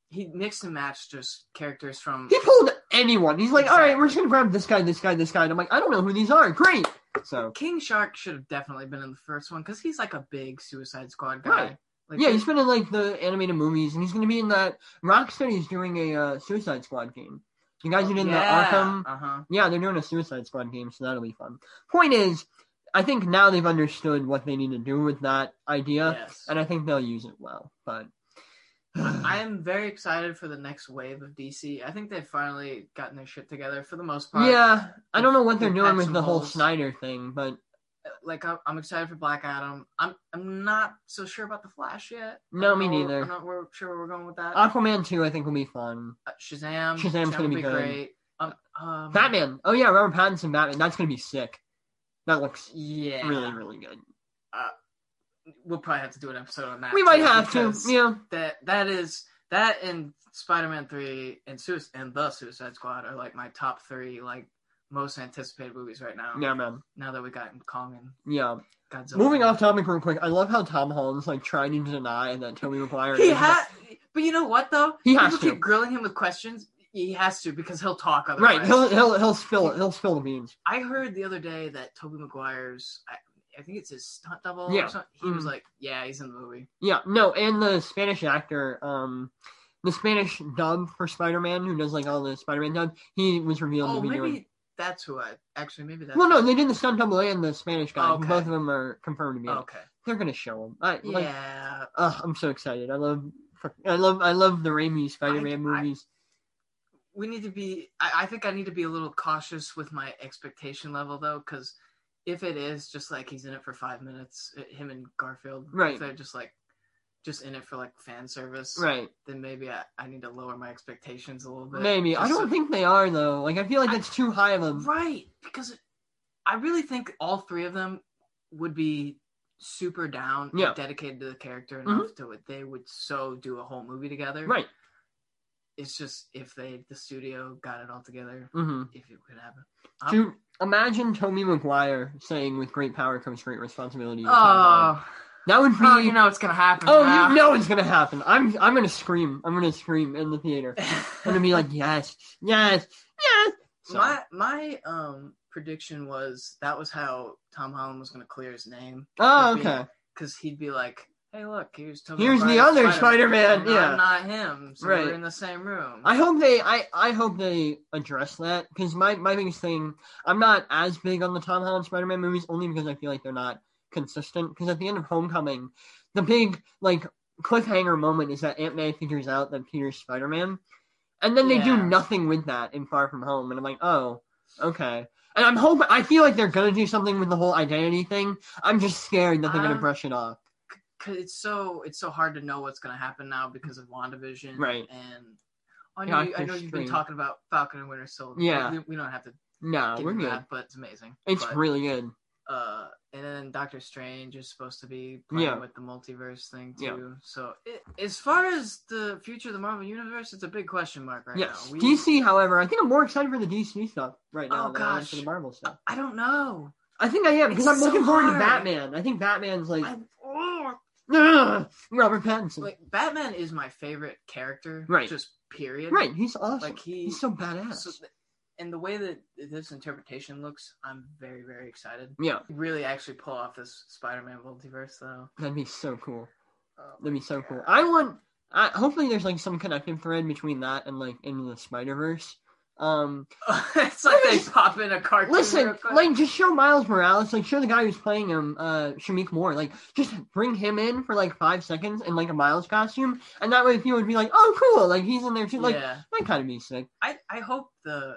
he mixed and matched just characters from.
He pulled anyone. He's like, all right, we're just gonna grab this guy, this guy, this guy. And I'm like, I don't know who these are. Great. So
King Shark should have definitely been in the first one because he's like a big Suicide Squad guy.
Right.
Like,
yeah, he's been in like the animated movies, and he's gonna be in that. Rocksteady's doing a uh, Suicide Squad game. The guys who did
Oh, Yeah,
the Arkham
Uh-huh.
Yeah, they're doing a Suicide Squad game, so that'll be fun. Point is, I think now they've understood what they need to do with that idea,
Yes.
and I think they'll use it well. But
I am very excited for the next wave of DC. I think they've finally gotten their shit together for the most part.
yeah, I don't know what they're
They've
doing
patched
with
some
the whole
holes.
Snyder thing, but
Like I'm, I'm excited for Black Adam. I'm I'm not so sure about the Flash yet.
No,
I don't
me
know-
neither.
I'm not we're sure where we're going with that.
Aquaman two I think will be fun.
Uh, Shazam.
Shazam's
Shazam
gonna
would
be
be
good.
great. Um, um,
Batman. Oh yeah, Robert Pattinson Batman. That's gonna be sick. That looks
Yeah.
really really good.
We'll probably have to do an episode on that.
We might
too,
have to.
because
Yeah,
That that is that and Spider-Man three and Suicide and the Suicide Squad are like my top three like most anticipated movies right now.
yeah, man.
Now that we got Kong and
Yeah.
Godzilla.
Moving off topic real quick. I love how Tom Holland's like trying to deny that Tobey Maguire.
He
is-
had, but you know what though?
He has
People
to.
keep grilling him with questions. He has to because he'll talk otherwise.
Right, he'll he'll he'll spill it. He'll spill the beans.
I heard the other day that Toby Maguire's, I, I think it's his stunt double.
Yeah. Mm.
Or something. He was like, "Yeah, he's in the movie."
Yeah, no, and the Spanish actor, um, the Spanish dub for Spider Man, who does like all the Spider Man dub, he was revealed
Oh,
to be
maybe
doing.
that's who I actually maybe that's.
Well, no, they did the stunt double and the Spanish guy. who
Oh, Okay.
Both of them are confirmed to be. in it.
Oh, okay.
They're gonna show him. I, like,
Yeah,
ugh, I'm so excited. I love, I love, I love the Raimi Spider
I-
Man
I-
movies.
we need to be. I, I think I need to be a little cautious with my expectation level though, because if it is just like he's in it for five minutes, uh, him and Garfield,
Right.
If they're just like just in it for like fan service,
right?
Then maybe I, I need to lower my expectations a little bit.
Maybe I
just
don't
so-
think um, they are though. Like I feel like that's too high of a.
right because I really think all three of them would be super down, and
Yeah. Mm-hmm.
dedicated to the character enough to it. They would so do a whole movie together,
Right.
it's just if they the studio got it all together,
Mm-hmm.
if it could happen. I'm-
Dude, imagine Tommy McGuire saying, "With great power comes great responsibility." to Tom Holland.
Oh,
that would be
oh, you know it's gonna happen.
Oh, [LAUGHS]
now. [LAUGHS]
you know it's gonna happen. I'm I'm gonna scream. I'm gonna scream in the theater. I'm gonna be like, yes, yes, yes. So,
my my um prediction was that was how Tom Holland was gonna clear his name
oh,
would be-
okay.
because he'd be like, "Hey, look, here's Tom
Here's the other Spider-Man, yeah.
I'm not him. So
Right.
we're in the same room.
I hope they I I hope they address that because my my biggest thing I'm not as big on the Tom Holland Spider-Man movies only because I feel like they're not consistent. Because at the end of Homecoming, the big like cliffhanger moment is that Aunt May figures out that Peter's Spider-Man, and then they do
Yeah.
nothing with that in Far From Home, and I'm like, oh, okay. And I'm hoping. I feel like they're gonna do something with the whole identity thing. I'm just scared that they're gonna
Um,
brush it off.
Cause it's so it's so hard to know what's going to happen now because of Wandavision,
Right.
And I know, you, I
Doctor
know you've been
Strange.
talking about Falcon and Winter Soldier.
Yeah.
we, we don't have to
No,
get
we're
into
good.
that, but it's amazing.
It's
But,
really good.
uh, and then Doctor Strange is supposed to be playing
Yeah.
with the multiverse thing too.
Yeah.
So it, as far as the future of the Marvel Universe, it's a big question mark right
yes,
now. We,
DC. However, I think I'm more excited for the DC stuff right now
Oh,
than I am for
gosh.
the Marvel stuff.
I don't know.
I think I am because
It's
I'm
so
looking forward to
hard.
Batman. I think Batman's like
I, oh,
"Ugh, Robert Pattinson.
like Batman is my favorite character,
Right.
Just period,
right, he's awesome.
Like he,
he's so badass.
so th- and the way that this interpretation looks, I'm very very excited.
yeah,
Really, actually pull off this Spider-Man multiverse though.
that'd be so cool.
Oh
That'd
my
be so cool.
God.
I want. I, hopefully, there's like some connective thread between that and like into the Spider Verse. Um,
[LAUGHS] it's like
Let me
they
just-
pop in a cartoon. real
listen,
quick.
like just show Miles Morales, like show the guy who's playing him, uh, Shamik Moore, like just bring him in for like five seconds in like a Miles costume, and that way people would be like, oh, cool, like he's in there too. Like
yeah.
that kind of be sick.
I, I hope the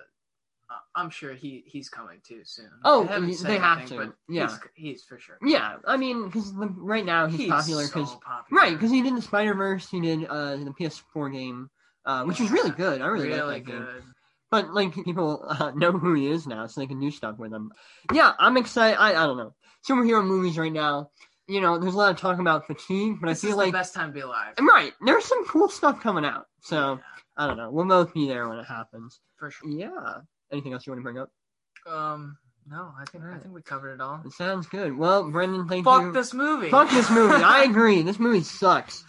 uh, I'm sure he he's coming too soon.
Oh,
They haven't
y-
said
they have to. Yeah.
he's, he's for sure.
Yeah, I mean, because right now he's, popular 'cause popular
so
because
popular.
right, because he did the Spider Verse, he did uh the PS4 game, uh, which was really
Yeah.
good. I really,
really,
like that game.
good.
but like people uh, know who he is now, so they can do stuff with him. Yeah, I'm excited. I, I don't know superhero movies right now. You know, there's a lot of talk about fatigue, but
This
I
is
feel like
the best time to be alive.
I'm right. There's some cool stuff coming out, so
Yeah,
I don't know. We'll both be there when it happens.
for sure.
Yeah. Anything else you want to bring up?
Um, no, I think I
Alright.
think we covered it all.
It sounds good. Well, Brendan, thank you.
Fuck this movie.
Fuck this movie.
[LAUGHS]
I agree. This movie sucks.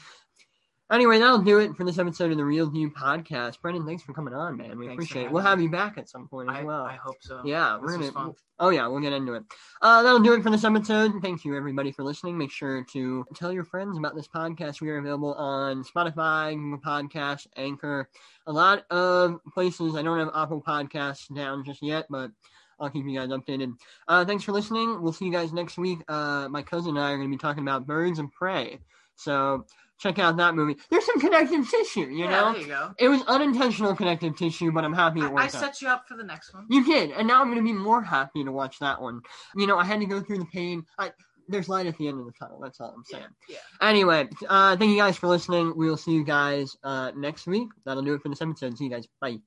Anyway, that'll do it for this episode of the Real View podcast. Brendan, thanks for coming on, man. We
Thanks for
appreciate it.
having
We'll
me.
have you back at some point as
I,
well.
I hope so.
Yeah,
This
we're
was
gonna.
fun.
Oh yeah, we'll get into it. Uh, that'll do it for this episode. Thank you everybody for listening. Make sure to tell your friends about this podcast. We are available on Spotify, Google Podcasts, Anchor, a lot of places. I don't have Apple Podcasts down just yet, but I'll keep you guys updated. Uh, thanks for listening. We'll see you guys next week. Uh, my cousin and I are going to be talking about Birds of Prey, so check out that movie. There's some connective tissue, you
yeah,
know.
there you go.
It was unintentional connective tissue, but I'm happy it
I,
worked
I
out.
set you up for the next one.
You did, and now I'm going to be more happy to watch that one. You know, I had to go through the pain. I, there's light at the end of the tunnel. That's all I'm
Yeah,
saying.
yeah.
Anyway, uh, thank you guys for listening. We'll see you guys uh, next week. That'll do it for this episode. See you guys. Bye.